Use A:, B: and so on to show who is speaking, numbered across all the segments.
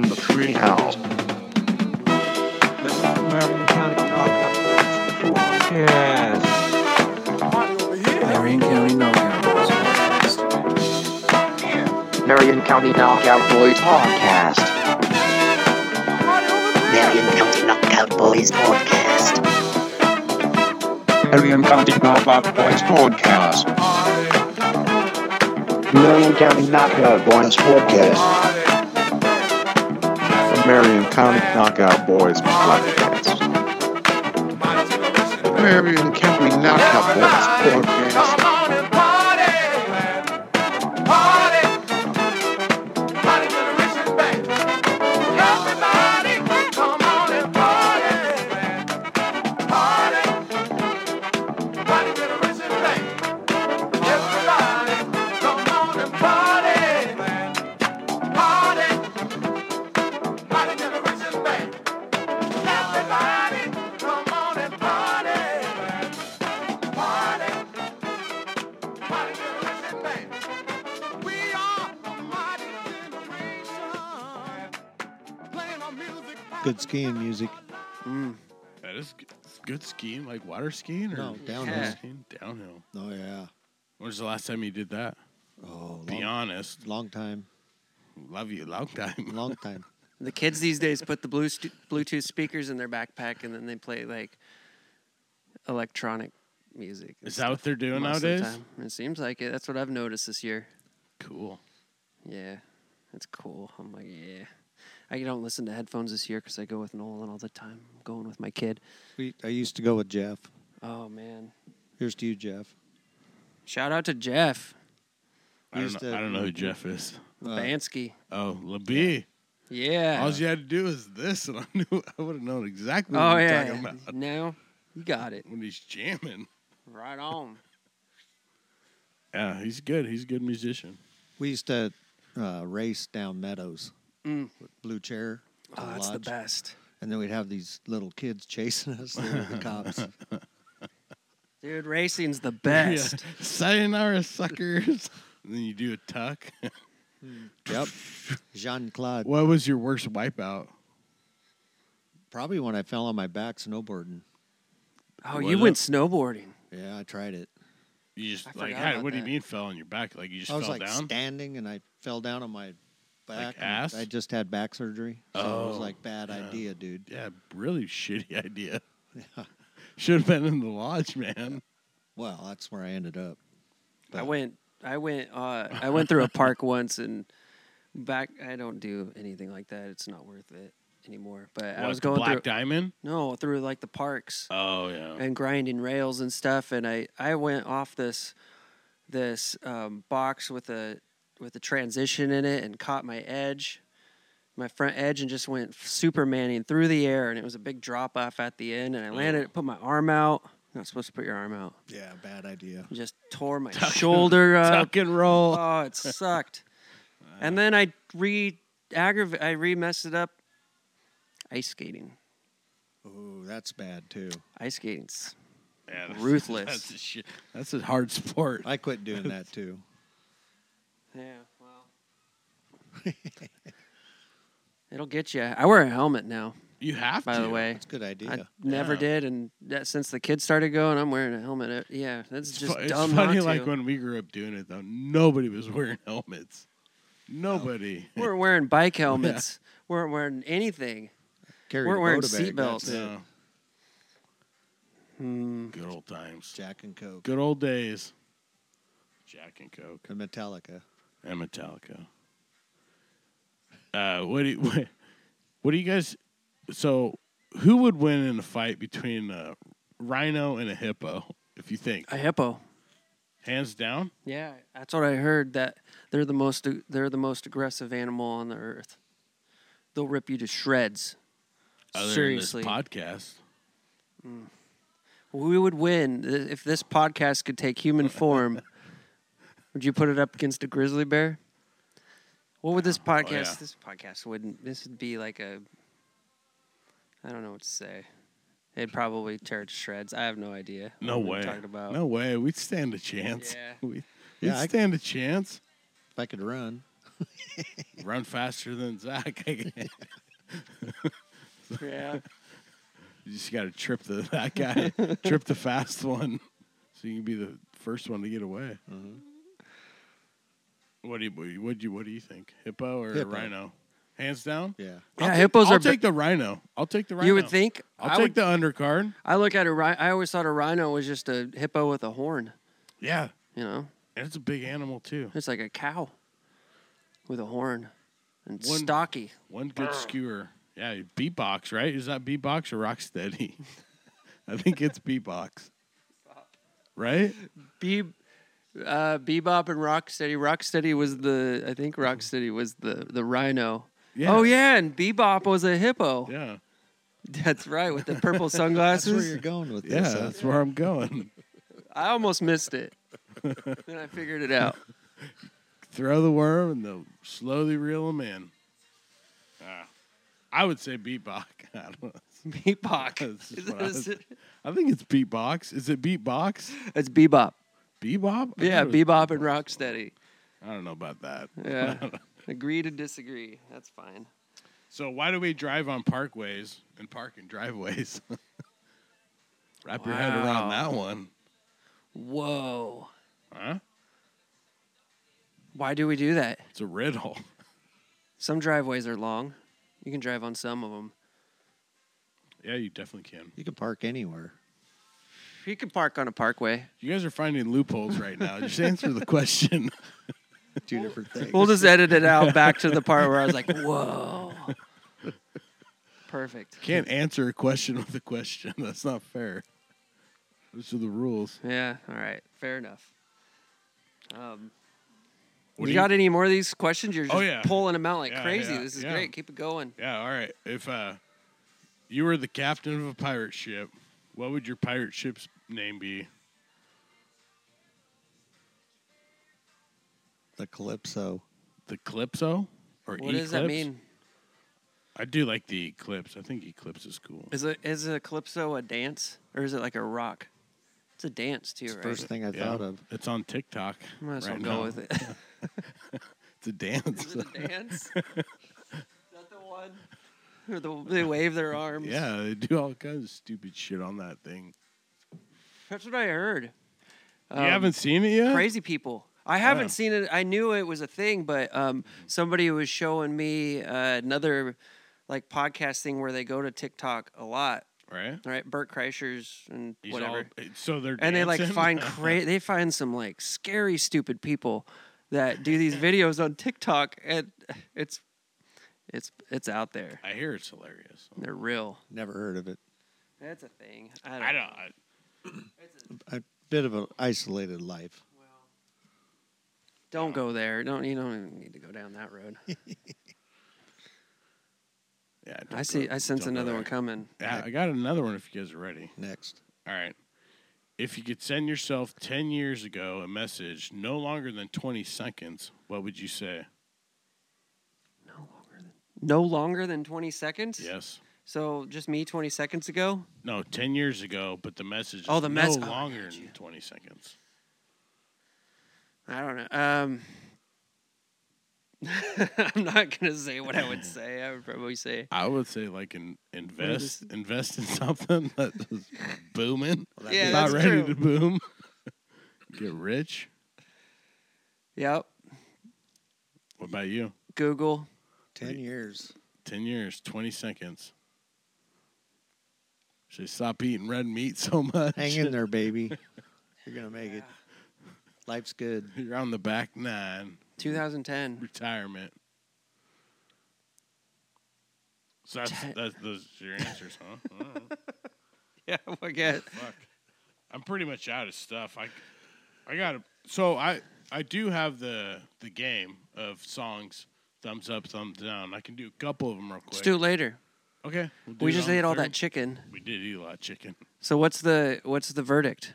A: Mystery House.
B: Yes.
C: Marion County Knockout Boys Podcast.
A: Marion County Knockout Boys Podcast.
D: Marion County Knockout Boys Podcast.
B: Marion County Knockout Boys Podcast.
A: Marion County Knockout Boys Podcast.
B: The Marion County Knockout Boys Podcast. Marion County Knockout Boys Podcast.
E: Good skiing music.
F: Mm.
G: That is g- it's good skiing, like water skiing or
E: No, downhill.
G: water skiing? Downhill.
E: Oh yeah.
G: When was the last time you did that?
E: Oh,
G: Be
E: long,
G: honest.
E: long time,
G: Love you. Long time.
E: long time.
F: The kids these days put the blue stu- Bluetooth speakers in their backpack and then they play like electronic music. and
G: Is that what they're doing
F: most of the
G: nowadays?
F: time. It seems like it. That's what I've noticed this year.
G: Cool.
F: Yeah, it's cool. I'm like, yeah. I don't listen to headphones this year because I go with Nolan all the time. I'm going with my kid.
E: We, I used to go with Jeff.
F: Oh man!
E: Here's to you, Jeff.
F: Shout out to Jeff
G: I don't,
E: Used
G: know,
E: to-
G: I don't know who Jeff is.
E: Uh,
F: Bansky.
G: Oh, LeBee.
F: Yeah.
G: All you had to do is this, and I knew I would have known exactly what
F: oh
G: you're
F: yeah.
G: talking about
F: Now you got it.
G: when he's jamming.
F: Right on.
G: Yeah, he's good. He's a good musician.
E: We used to uh, race down meadows
F: Mm.
E: with blue chair. to
F: Oh, that's the
E: lodge,
F: best.
E: And then we'd have these little kids chasing us. They were the cops.
F: Dude, racing's the best.
G: Yeah. Sayonara, suckers. and then you do a tuck.
E: yep. Jean Claude.
G: what was your worst wipeout?
E: Probably when I fell on my back snowboarding.
F: Oh,
G: Was
F: you
G: it?
F: went snowboarding.
E: Yeah, I tried it.
G: You just
F: I
G: like,
F: forgot
G: how-
F: about
G: what do you
F: that.
G: mean fell on your back? Like you just
E: I was
G: fell
E: like
G: down?
E: standing and I fell down on my back. and
G: ass?
E: I just had back surgery. So it was
G: Oh,
E: like bad
G: yeah.
E: idea, dude.
G: Yeah, really shitty idea. Should have been in the lodge, man.
E: Well, that's where I ended up.
F: I
E: But-
F: went, I went, uh, I went through a park once and back. I don't do anything like that. It's not worth it anymore. But I
G: What,
F: was
G: the
F: going
G: Black
F: through
G: Diamond.
F: no through like the parks
G: Oh yeah.
F: and grinding rails and stuff. And I I went off this this um, box with a with a transition in it and caught my edge, my front edge, and just went supermaning through the air. And it was a big drop off at the end. And I landed, put my arm out. You're not supposed to put your arm out.
E: Yeah, bad idea.
F: Just tore my shoulder up.
G: Tuck and roll.
F: Oh, it sucked. and then I re aggravate I re messed it up. Ice skating.
E: Oh, that's bad too.
F: Ice skating's
G: Yeah, that's-
F: ruthless.
G: That's a, shit. that's a hard sport.
E: I quit doing that too.
F: yeah, well. It'll get you. I wear a helmet now,
G: You have
F: by
G: to.
F: the way.
E: It's a good idea.
F: I never
G: Yeah.
F: did, and that, since the kids started going, I'm wearing a helmet. It- Yeah, that's
G: It's,
F: just
G: fu- it's
F: dumb.
G: funny.
F: not
G: Like
F: to.
G: when we grew up doing it, though, nobody was wearing helmets. Nobody.
F: we weren't wearing bike helmets. We weren't wearing anything.
E: Carried
F: We're
E: a
F: wearing
E: Voda bag,
F: seatbelts.
E: that's it.
G: No.
F: Hmm.
G: Good old times.
E: Jack and Coke
G: Good old days. Jack and Coke.
E: and Metallica.
G: and Metallica. Uh, what do you, what, what do you guys? So, who would win in a fight between a rhino and a hippo? If you think,
F: A hippo.
G: hands down,
F: Yeah, that's what I heard. That they're the most they're the most aggressive animal on the earth. They'll rip you to shreds.
G: other
F: Seriously,
G: than this podcast,
F: we would win i- if this podcast could take human form. would you put it up against a grizzly bear? What would this podcast?
G: Oh, yeah.
F: This podcast wouldn't. This would be like a. I don't know what to say. It'd probably tear it to shreds. I have no idea.
G: no
F: what we're
G: way,
F: Talking about.
G: no way, we'd stand a chance.
F: Yeah.
G: We, we'd
E: Yeah, I-
G: stand a chance.
E: If I could run,
G: Run faster than Zach.
F: yeah.
G: You just got to trip the that guy, trip the fast one, so you can be the first one to get away.
F: Mm-hmm.
G: What do you what do you- what do you what do you think? Hippo or
E: Hippo.
G: rhino? Hands down.
E: Yeah.
G: I'll
F: Yeah,
G: take-
F: hippos
G: I'll
F: are
G: take the rhino. I'll take the rhino.
F: You would think
G: I'll
F: I
G: take
F: would-
G: the undercard.
F: I look at a rhino. I always thought a rhino was just a hippo with a horn.
G: Yeah,
F: You know,
G: and it's a big animal too.
F: it's like a cow with a horn and
G: One-
F: stocky.
G: One good skewer. Yeah, you beatbox, right? Is that beatbox or rocksteady? I think it's beatbox. Right?
F: Be, uh, bebop and rocksteady. Rocksteady was the I think rocksteady was the the rhino.
G: Mm-hmm. Yeah.
F: Oh yeah, and bebop was a hippo.
G: Yeah.
F: That's right, with the purple
E: That's where you're
F: sunglasses.
E: going with
G: Yeah,
E: this. huh?
G: that's where I'm going.
F: I almost missed it. then I figured it out.
G: Throw the worm and they'll slowly reel them in. Ah, I would say beatbox. I don't know.
F: Bebop.
G: That's
F: Is
G: what I
F: it-
G: was-
F: is it-
G: I think it's beatbox. Is it beatbox?
F: It's bebop.
G: Bebop? I
F: Yeah,
G: thought it was-
F: bebop and rocksteady.
G: I don't know about that.
F: Yeah. Agree to disagree. That's fine.
G: So why do we drive on parkways and park in driveways? Wrap your head around that one,
F: Whoa.
G: huh?
F: Why do we do that?
G: It's a riddle.
F: Some driveways are long. You can drive on some of them.
G: Yeah, you definitely can.
E: You can park anywhere.
F: You can park on a parkway.
G: You guys are finding loopholes right now. Just answer the question.
E: Two different things.
F: We'll just edit it out back to the part where I was like, whoa. Perfect.
G: Can't answer a question with a question. That's not fair. Those are the rules.
F: Yeah. All right. Fair enough. Um,
G: What do
F: you
G: you-
F: got any more of these questions? You're just
G: Oh, yeah.
F: pulling them out like
G: Yeah,
F: crazy.
G: yeah,
F: this is
G: yeah.
F: great. Keep it going.
G: Yeah, all right. If uh, you were the captain of a pirate ship, what would your pirate ship's name be?
E: The Calypso.
G: The Calypso or
F: What does that
G: Eclipse?
F: mean?
G: I do like the Eclipse. I think Eclipse is cool.
F: Is it is a calypso a dance or is it like a rock? It's a dance too,
E: It's the
F: right?
E: first thing I
G: Yeah,
E: thought of.
G: It's on TikTok.
F: Might as well
G: right
F: go
G: now.
F: with it.
G: It's a dance.
F: Is it a dance? Is that the one? Or the, they wave their arms.
G: yeah, they do all kinds of stupid shit on that thing.
F: That's what I heard. Um,
G: you haven't seen it yet?
F: Crazy people. I haven't
G: Yeah.
F: seen it. I knew it was a thing, but um, somebody was showing me uh, another like podcast thing where they go to TikTok a lot.
G: Right?
F: Right, Bert Kreischer's and
G: He's
F: whatever.
G: all- so they're
F: and they like
G: dancing?
F: find cra- they find some like scary stupid people that do these videos on TikTok and it's it's it's out there.
G: I hear it's hilarious.
F: They're real.
E: Never heard of it.
F: That's a thing. I don't.
G: I don't. I,
E: A bit of an isolated life.
F: don't go there. Don't you don't even need to go down that road.
G: yeah, don't
F: I see.
G: go-
F: I sense
G: don't go
F: another
G: there.
F: one coming.
G: Yeah, I got another one. If you guys are ready.
E: Next.
G: All right. If you could send yourself ten years ago a message no longer than twenty seconds, what would you say?
F: No longer than twenty seconds.
G: Yes.
F: So just me twenty seconds ago.
G: No, ten years ago, but the message.
F: Oh,
G: is
F: the
G: no
F: mess- oh, I
G: longer
F: got you.
G: than twenty seconds.
F: I don't know. Um, I'm not gonna say what I would say. I would probably say
G: I would say like in, invest
F: is-
G: invest in something that is booming.
F: Yeah,
G: not
F: that's
G: ready
F: true.
G: to boom. Get rich.
F: yep.
G: What about you?
F: Google.
E: Ten years.
G: Ten years, twenty seconds. Should I stop eating red meat so much.
E: Hang in there, baby. You're gonna make it. Life's good.
G: You're on the back nine.
F: 2010.
G: Retirement. So that's,
F: Ten-
G: that's those are your answers, huh? Alright,
F: Yeah, I forget.
G: Fuck. I'm pretty much out of stuff. I I got to so I I do have the the game of songs thumbs up thumbs down. I can do a couple of them real quick.
F: Let's do it later.
G: Okay. we'll do
F: We
G: it
F: just
G: on
F: ate all
G: third.
F: that chicken.
G: We did eat a lot of chicken.
F: So what's the what's the verdict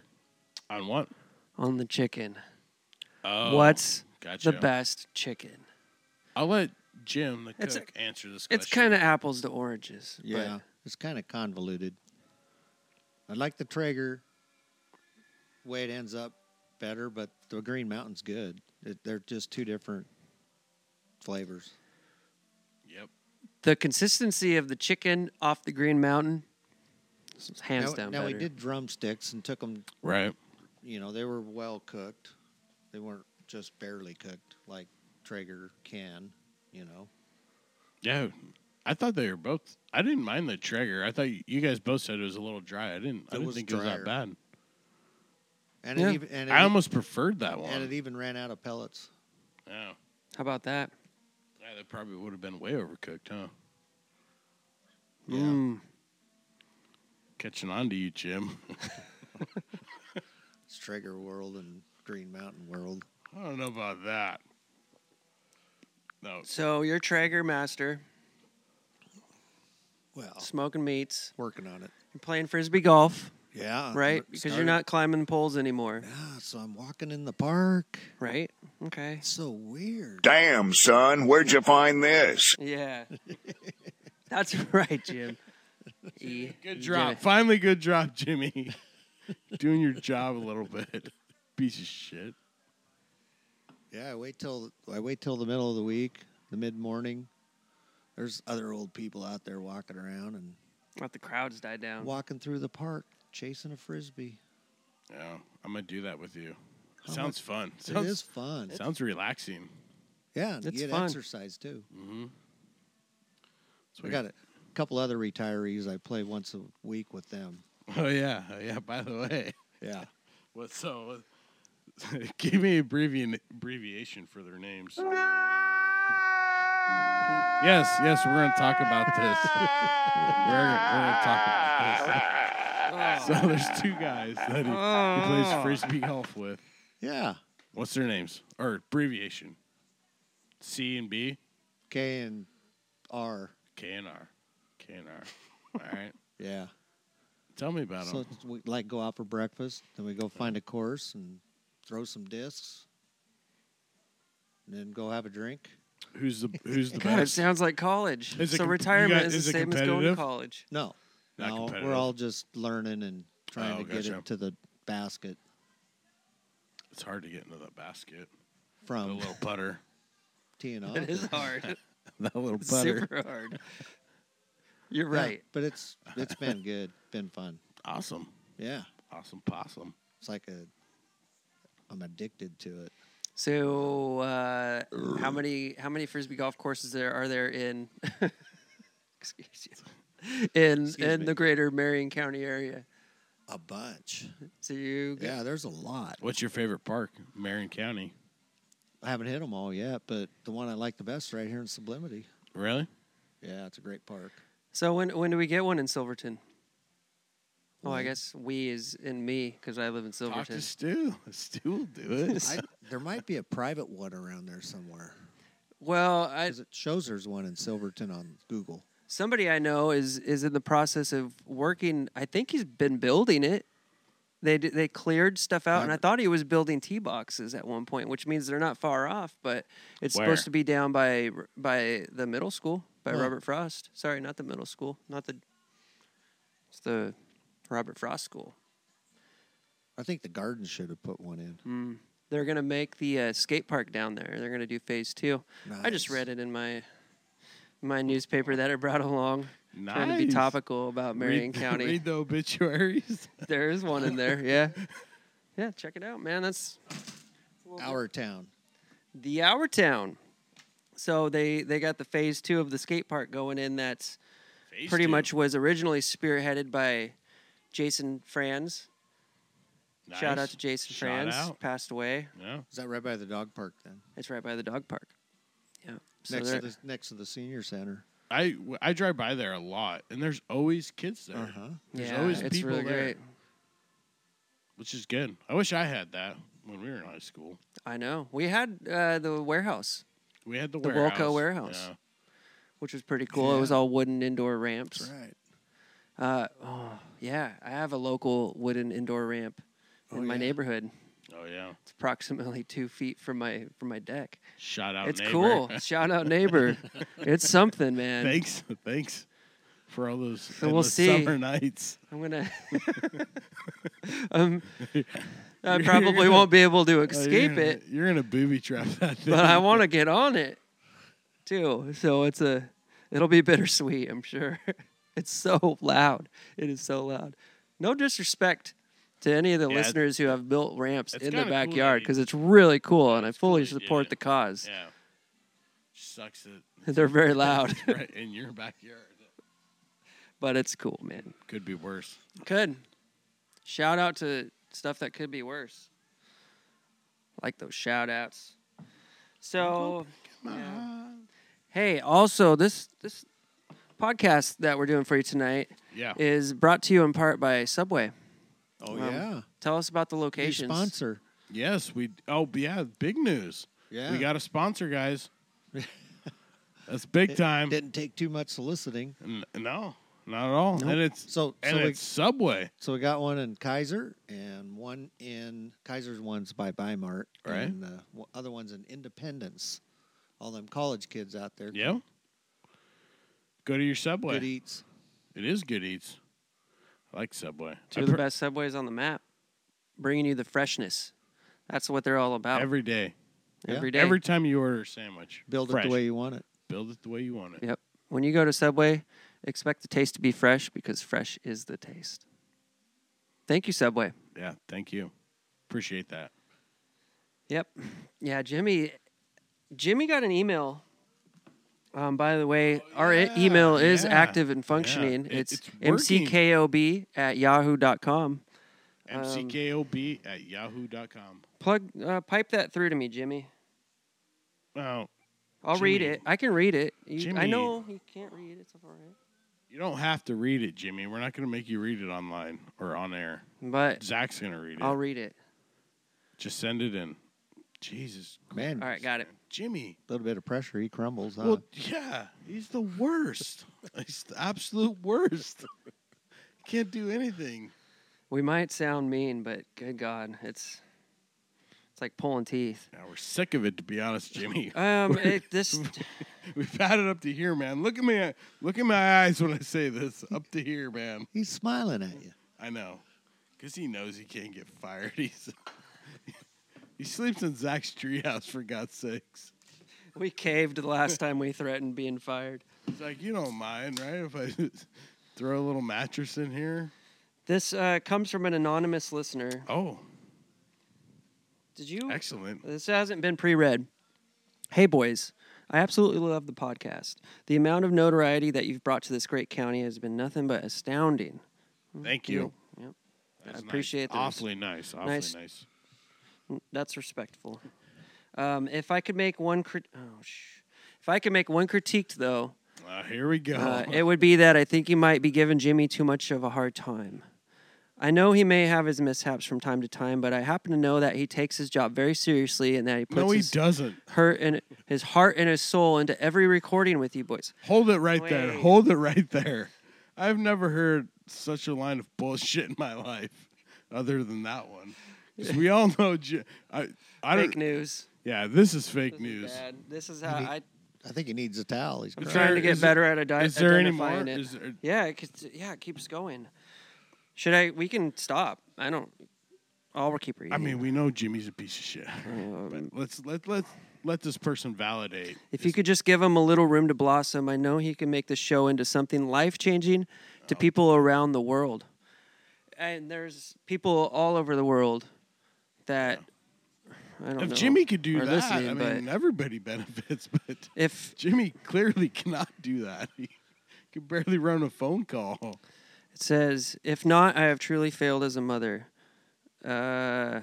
G: On what?
F: on the chicken?
G: Oh,
F: what's
G: Gotcha.
F: the best chicken?
G: I'll let Jim, the
F: It's a-
G: cook, answer this question.
F: It's kind of apples to oranges. but-
E: Yeah, it's kind of convoluted. I like the Traeger way it ends up better, but the Green Mountain's good. It, they're just two different flavors.
G: Yep.
F: The consistency of the chicken off the Green Mountain, s- hands
E: now,
F: down
E: now
F: better.
E: we did drumsticks and took them.
G: Right.
E: You know, they were well cooked. They weren't just barely cooked like Traeger can. You know,
G: Yeah. I thought they were both. I didn't mind the Traeger. I thought you guys both said it was a little dry. I didn't.
E: It
G: I didn't
E: was
G: think it was
E: drier.
G: that bad.
E: and
F: Yeah.
E: it even and it,
G: I
E: e-
G: almost preferred that one.
E: and it e even ran out of pellets.
G: yeah.
F: How about that?
G: yeah, that probably would have been way overcooked, huh?
E: Yeah.
F: Mm.
G: Catching on to you, Jim.
E: It's Traeger World and Green Mountain World.
G: I don't know about that. No,
F: So your Traeger master,
E: Well,
F: smoking meats,
E: working on it.
F: and playing frisbee golf,
E: Yeah.
F: right?
E: we're-
F: Because you're
E: started-
F: not climbing poles anymore,
E: Yeah, Ah, so I'm walking in the park.
F: right? Okay.
E: It's so weird.
H: Damn, son, where'd you find this?
F: Yeah. That's right, Jim. E-
G: Good
F: you
G: drop.
F: did it.
G: Finally, good drop, Jimmy. Doing your job a little bit. Piece of shit.
E: Yeah, I wait till I wait till the middle of the week, the mid morning. There's other old people out there walking around and
F: Let the crowds die down.
E: walking through the park chasing a frisbee.
G: Yeah, I'm gonna do that with you.
E: How
G: sounds fun.
E: it
G: Sounds
E: is fun.
G: sounds relaxing.
E: yeah, and you
F: it's
E: get
F: fun.
E: exercise too.
G: Mm-hmm.
E: I got a couple other retirees. I play once a week with them.
G: Oh yeah, oh, yeah. By the way,
E: Yeah,
G: what? So, what- give me abbreviation abbreviation for their names. yes, yes. We're gonna talk about this. we're, we're gonna talk about this.
F: Oh.
G: So there's two guys that he, he
E: Oh.
G: plays frisbee golf with.
E: yeah.
G: What's their names or abbreviation? C and B,
E: K and R.
G: K and R, K and R. All right,
E: Yeah.
G: tell me about
E: So
G: them.
E: it's- we like go out for breakfast, then we go find a course and throw some discs, and then go have a drink.
G: Who's the Who's the
F: God, it
G: best?
F: sounds like college.
G: Is it
F: so
G: com- you
F: retirement
G: got-
F: is,
G: is
F: the
G: it
F: same as going to
G: competitive?
F: college.
E: No,
G: Not
E: no,
G: competitive.
E: we're all just learning and trying
G: Oh,
E: to get
G: gotcha.
E: it to the basket
G: It's hard to get into that
F: Um,
G: basket. The
E: from
G: little putter.
E: T and R.
F: It is hard.
G: that little
F: Super hard. You're right.
E: but it's it's been good, been fun.
G: Awesome,
E: Yeah,
G: awesome possum.
E: it's like a I'm addicted to it.
F: So, uh, how many how many frisbee golf courses there are there in? excuse you. In
E: Excuse
F: in
E: me.
F: the greater Marion County area.
E: A bunch.
F: So you got
E: Yeah, there's a lot.
G: What's your favorite park? Marion County.
E: I haven't hit them all yet, but the one I like the best right here in Sublimity.
G: Really?
E: Yeah, it's a great park.
F: So when when do we get one in Silverton? Oh, I
E: We-
F: guess we is in me because I live in
G: Talk to
F: Silverton.
G: Stu. Stu will do it.
E: I, there might be a private one around there somewhere
F: Well, I,
E: because it shows there's one in Silverton on Google.
F: somebody I know is is in the process of working. I think he's been building it. They d- they cleared stuff out, and I
E: Fiber.
F: thought he was building tee boxes at one point, which means they're not far off. But it's
G: Where?
F: supposed to be down by by the middle school by
E: Huh.
F: Robert Frost. Sorry, not the middle school, not the. It's the Robert Frost School.
E: I think the garden should have put one in.
F: Mm. They're gonna make the uh, skate park down there. They're gonna do phase two. I just
E: Nice.
F: read it in my my newspaper that I brought along,
G: nice.
F: trying to be topical about
G: Read
F: Marion
G: the-
F: County.
G: Read the obituaries.
F: There is one in there. Yeah, yeah. Check it out, man. That's
E: Our town.
F: the Hour Town. So they they got the phase two of the skate park going in. That's
G: Phase
F: pretty
G: two.
F: much was originally spearheaded by Jason Franz. Shout out
G: Nice.
F: to Jason
G: Shout
F: Franz,
G: out.
F: passed away.
G: Yeah.
E: Is that right by the dog park then?
F: It's right by the dog park. Yeah. So
E: next
F: they're-
E: to the next to the senior center.
G: I, w- I drive by there a lot, and there's always kids there, There's always
F: it's
G: people
F: really
G: there.
F: great.
G: which is good. I wish I had that when we were in high school.
F: I know. We had uh, the warehouse,
G: We had the,
F: The
G: warehouse.
F: Wilco warehouse.
G: Yeah.
F: which was pretty cool. It was
E: Yeah.
F: all wooden indoor ramps.
E: That's right.
F: Uh, oh, yeah, I have a local wooden indoor ramp in
E: Oh,
F: my
E: yeah.
F: neighborhood.
G: Oh yeah.
F: It's approximately two feet from my from my deck.
G: Shout out.
F: it's
G: neighbor.
F: cool. Shout out neighbor. it's something, man.
G: thanks, thanks for all those
F: we'll
G: endless
F: see.
G: summer nights. Oh,
F: I'm gonna. um, I
G: You're
F: probably
G: gonna-
F: won't be able to
G: Oh, you're
F: escape
G: gonna-
F: it,
G: You're in a booby trap that thing.
F: but I want to get on it too. So it's a It'll be bittersweet, I'm sure. It's so loud. It is so loud. No disrespect to any of the
G: Yeah,
F: listeners who have built ramps
G: it's
F: in their
G: kinda cool that
F: backyard
G: you-
F: because it's really cool, and I
G: it's cool
F: fully
G: that you did
F: support
G: it.
F: the cause.
G: Yeah. Sucks that
F: They're very loud,
G: right in your backyard.
F: but it's cool, man.
G: Could be worse.
F: Could. Shout out to stuff that could be worse. Like those shout outs. So yeah. Hey, also this this podcast that we're doing for you tonight
G: Yeah.
F: is brought to you in part by Subway.
E: Oh
F: Um,
E: yeah,
F: Tell us about the
E: New
F: locations.
E: sponsor.
G: yes, we. Oh yeah, big news.
E: Yeah,
G: We got a sponsor, guys. That's big time.
E: Didn't take too much soliciting.
G: N- no, not at all.
F: Nope.
G: And it's
E: So
G: and
E: so we,
G: it's Subway,
E: so we got one in Kaiser and one in Kaiser's one's by Bimart,
G: Right.
E: And the w- other one's in Independence. All them college kids out there.
G: yeah.
F: Mm-hmm.
G: Go to your Subway.
E: Good eats.
G: It is good eats. I like Subway.
F: Two
G: I
F: of the
G: pr-
F: best subways on the map. Bringing you the freshness. That's what they're all about.
G: every day.
E: Yeah.
F: Oh. every day.
G: Every time you order a sandwich,
E: Build
G: fresh.
E: it the way you want it.
G: build it the way you want it.
F: Yep. When you go to Subway, expect the taste to be fresh because fresh is the taste. Thank you, Subway.
G: yeah thank you. Appreciate that.
F: Yep. Yeah, Jimmy. Jimmy got an email. Um, by the way, our e-
G: Oh, yeah,
F: email is
G: yeah,
F: active and functioning.
G: It-
F: it's
G: it's working.
F: mckob at yahoo.com.
E: Um,
G: mckob at yahoo.com.
F: Plug, uh, pipe that through to me, Jimmy.
G: Well,
F: I'll read
G: Jimmy.
F: it. I can read it. You, I
G: Jimmy.
F: know you can't read. It's all right.
G: you don't have to read it, Jimmy. We're not going to make you read it online or on air.
F: But
G: Zach's going to read it.
F: I'll read it.
G: Just send it in. Jesus,
E: Man,
F: All right, got it.
G: Jimmy.
E: a little bit of pressure, he crumbles. Huh?
G: Well, yeah, he's the worst. he's the absolute worst. Can't do anything.
F: We might sound mean, but good God, it's it's like pulling teeth.
G: Now we're sick of it, to be honest, Jimmy.
F: Um, it, this
G: We've had it up to here, man. Look at me. Look in my eyes when I say this. Up to here, man.
E: He's smiling at you.
G: I know, because he knows he can't get fired. He's he sleeps in Zach's treehouse for God's sakes.
F: we caved the last time we threatened being fired.
G: He's like, you don't mind, right? If I throw a little mattress in here.
F: This uh, comes from an anonymous listener.
G: Oh,
F: Did you?
G: excellent.
F: This hasn't been pre read. Hey, boys. I absolutely love the podcast. The amount of notoriety that you've brought to this great county has been nothing but astounding.
G: Thank you.
F: Yep.
G: That's nice.
F: appreciate the
G: Awfully nice. Awfully
F: nice-
G: nice.
F: That's respectful. Um, if I could make one crit- oh, sh- if I could make one critique though,
G: Uh, here we go.
F: Uh, it would be that I think you might be giving Jimmy too much of a hard time. I know he may have his mishaps from time to time, but I happen to know that he takes his job very seriously and that he puts
G: no, he
F: his,
G: doesn't.
F: hurt and his heart and his soul into every recording with you boys.
G: Hold it right there.
F: Wait.
G: Hold it right there. I've never heard such a line of bullshit in my life, other than that one. 'Cause we all know. J- I, I
F: Fake
G: don't.
F: news.
G: Yeah, this is fake
F: This
G: news.
F: is bad. This is how I,
E: I think he needs a towel. He's
F: I'm
E: crying.
F: trying to
G: there-
F: get
G: is
F: better at adi-
G: Is there any more?
F: identifying it.
G: Is there,
F: yeah, it, gets- yeah, it keeps going. Should I? We can stop. I don't. I'll keep reading.
G: I mean, we know Jimmy's a piece of shit. but
F: Um,
G: let's let let let this person validate.
F: If you could just give him a little room to blossom, I know he can make the show into something life changing
G: Oh.
F: to people around the world. And there's people all over the world that I don't
G: If
F: know.
G: Jimmy could do
F: are
G: that, I
F: listening,
G: mean,
F: but-
G: everybody benefits. But
F: if
G: Jimmy clearly cannot do that. He can barely run a phone call.
F: it says, if not, I have truly failed as a mother. Uh,
G: Oh,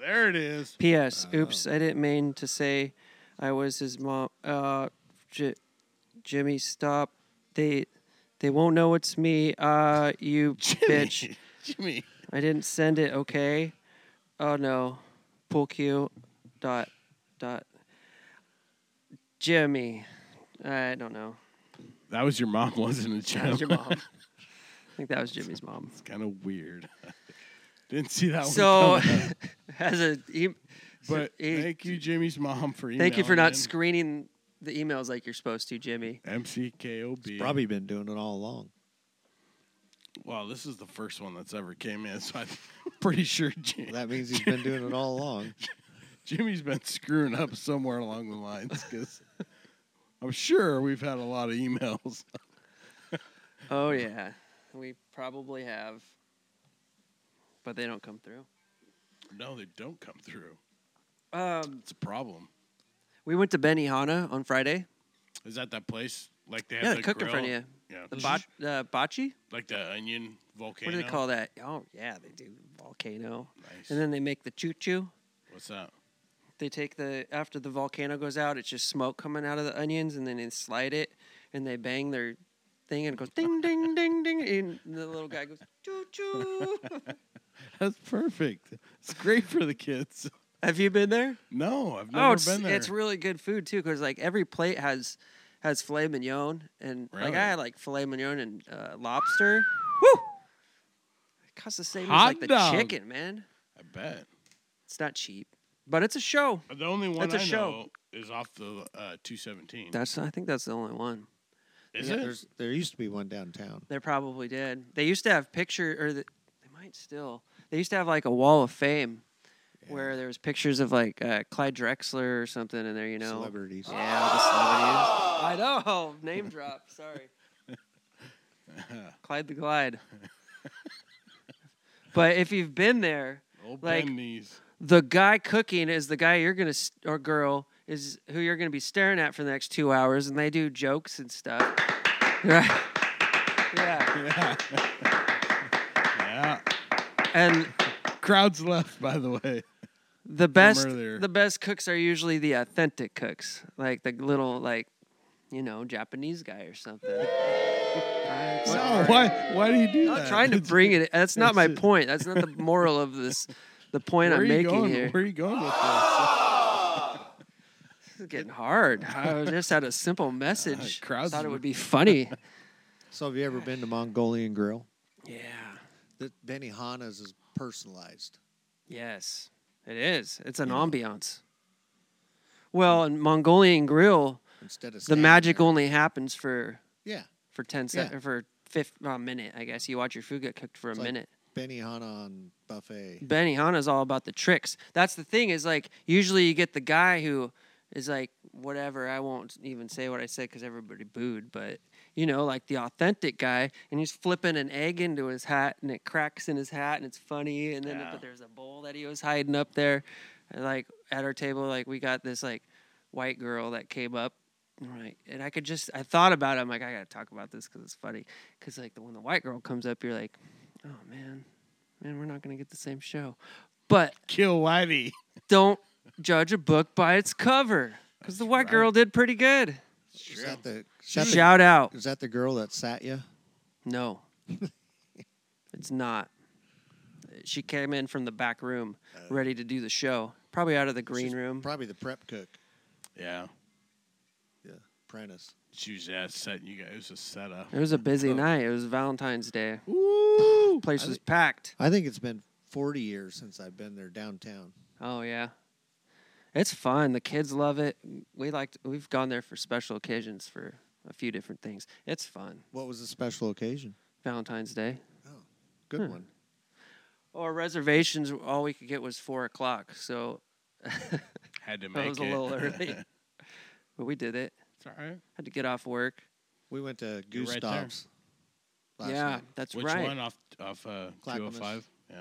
G: there it is.
F: P.S. Oops, I didn't mean to say I was his mom. Uh, J- Jimmy, stop. They they won't know it's me. Uh, you bitch.
G: Jimmy.
F: I didn't send it, okay? Oh no. Pool cue dot dot Jimmy. I don't know.
G: That was your mom, wasn't it, Jim?
F: That was your mom. I think that was Jimmy's mom.
G: it's kind of weird. Didn't see that
F: So
G: one. coming,
F: as a e-
G: But
F: he-
G: thank you, Jimmy's mom, for emailing
F: thank you for not
G: in.
F: screening the emails like you're supposed to, Jimmy.
G: MCKOB.
E: Probably been doing it all along.
G: Wow, this is the first one that's ever came in, so I'm pretty sure Jim,
E: That means he's been doing it all along.
G: Jimmy's been screwing up somewhere along the lines because I'm sure we've had a lot of emails.
F: Oh yeah, we probably have, but they don't come through.
G: no, they don't come through.
F: Um,
G: It's a problem.
F: we went to Benihana on Friday.
G: Is that that place? Like they have
F: Yeah,
G: the
F: they cook in
G: grill?
F: front of you.
G: Yeah,
F: The bot, uh, bocce.
G: like the onion volcano.
F: What do they call that? Oh yeah, they do volcano,
G: Nice.
F: and then they make the choo choo.
G: What's that?
F: They take the after the volcano goes out, it's just smoke coming out of the onions, and then they slide it, and they bang their thing, and it goes ding ding ding ding, and the little guy goes choo choo.
G: That's perfect. It's great for the kids.
F: Have you been there?
G: No, I've
F: oh,
G: never
F: it's,
G: been there.
F: it's really good food too, because like every plate has has filet mignon, and like
G: Really?
F: I had like filet mignon and uh, lobster. Woo! It costs the same
G: Hot
F: as like the
G: dog.
F: chicken, man.
G: I bet.
F: It's not cheap, but it's a show.
G: The only one
F: That's a
G: I
F: show.
G: know is off the uh, 217.
F: That's I think that's the only one.
G: is
E: Yeah,
G: it?
E: There's, there used to be one downtown.
F: They probably did. They used to have picture, or the, they might still. They used to have like a wall of fame, where there was pictures of like uh, Clyde Drexler or something in there. You know,
E: Celebrities.
F: Yeah, all the celebrities. I know. Name drop. Sorry. Clyde the Glide. but if you've been there,
G: Old
F: like-
G: Ben knees.
F: the guy cooking is the guy you're gonna s- or girl is who you're gonna be staring at for the next two hours, and they do jokes and stuff. Right. Yeah.
G: Yeah.
F: And
G: Crowds left, by the way.
F: the best
G: earlier.
F: the best cooks are usually the authentic cooks like the little like you know japanese guy or something I'm
G: No,
F: sorry.
G: why? Why do you do
F: I'm
G: that?
F: not trying to bring it that's not my
G: it's-
F: point that's not the moral of this the point
G: Where are
F: i'm
G: you
F: making
G: going?
F: here
G: Where are you going with this?
F: this is getting hard i just had a simple message
G: crowds
F: thought it
G: were-
F: would be funny
E: So have you ever been to Mongolian Grill?
F: yeah
E: The Benihana's is personalized.
F: yes it is it's an ambiance well in mongolian grill
E: Instead of
F: the
E: standing
F: magic
E: there.
F: only happens for
E: Yeah.
F: for ten sec
E: Yeah.
F: for fifth well, a minute, I guess. You watch your food get cooked for a
E: It's like-
F: minute.
E: Benihana on buffet.
F: Benihana is all about the tricks. That's the thing is like usually you get the guy who is like whatever. I won't even say what I said because everybody booed, but you know like the authentic guy and he's flipping an egg into his hat and it cracks in his hat and it's funny and then
G: Yeah.
F: but there's a bowl that he was hiding up there and like at our table like we got this like white girl that came up Right. And I could just, I thought about it. I'm like, I got to talk about this because it's funny. Because, like, the- when the white girl comes up, you're like, oh, man, man, we're not going to get the same show. But
G: Kill Whitey.
F: don't judge a book by its cover because the white girl did pretty good.
E: Is that the is that the,
F: Shout out.
E: is that the girl that sat you?
F: No, it's not. She came in from the back room ready to do the show, probably out of the green room.
E: Probably the prep cook.
G: Yeah.
E: Yeah. Apprentice.
G: She was yeah, setting you guys. It was a setup.
F: it was a busy night. It was Valentine's Day.
G: Ooh.
F: Place was packed.
E: Oh. I think it's been 40 years since I've been there downtown.
F: Oh yeah, it's fun. The kids love it. We like we've gone there for special occasions for a few different things. It's fun.
E: What was the special occasion?
F: Valentine's Day.
E: Good
F: Hmm.
E: one.
F: Or reservations. All we could get was four o'clock, so
G: Had to make
F: that was
G: it.
F: a little early. but we did it.
G: it's all right.
F: Had to get off work.
E: We went to
G: You're right there.
E: Gustav's. last
F: yeah,
E: night.
F: that's
G: Which
F: right.
G: one off off uh,
E: Clackamas.
G: 205? Yeah.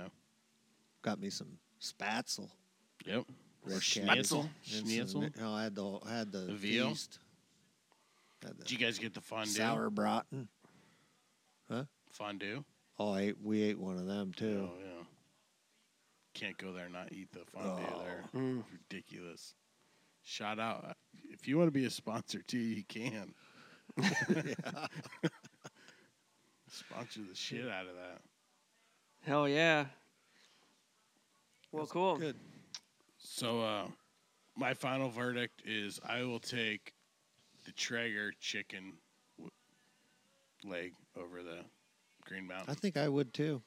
E: Got me some spatzel.
G: Yep.
E: red cabbage,
G: Schnitzel.
E: and some-
G: Schnitzel.
E: No, I had the I had the,
G: The veal?
E: feast. Had the
G: Did you guys get the fondue?
E: sour braten.
G: Fondue.
E: Oh, I ate, we ate one of them too.
G: Oh yeah. Can't go there and not eat the fondue there.
F: Mm.
G: Ridiculous. Shout out. If you want to be a sponsor too, you can. sponsor the shit out of that.
F: Hell yeah. Well, cool.
E: Good.
G: So uh, my final verdict is I will take the Traeger chicken w- leg over the Green Mountain.
E: I think I would too.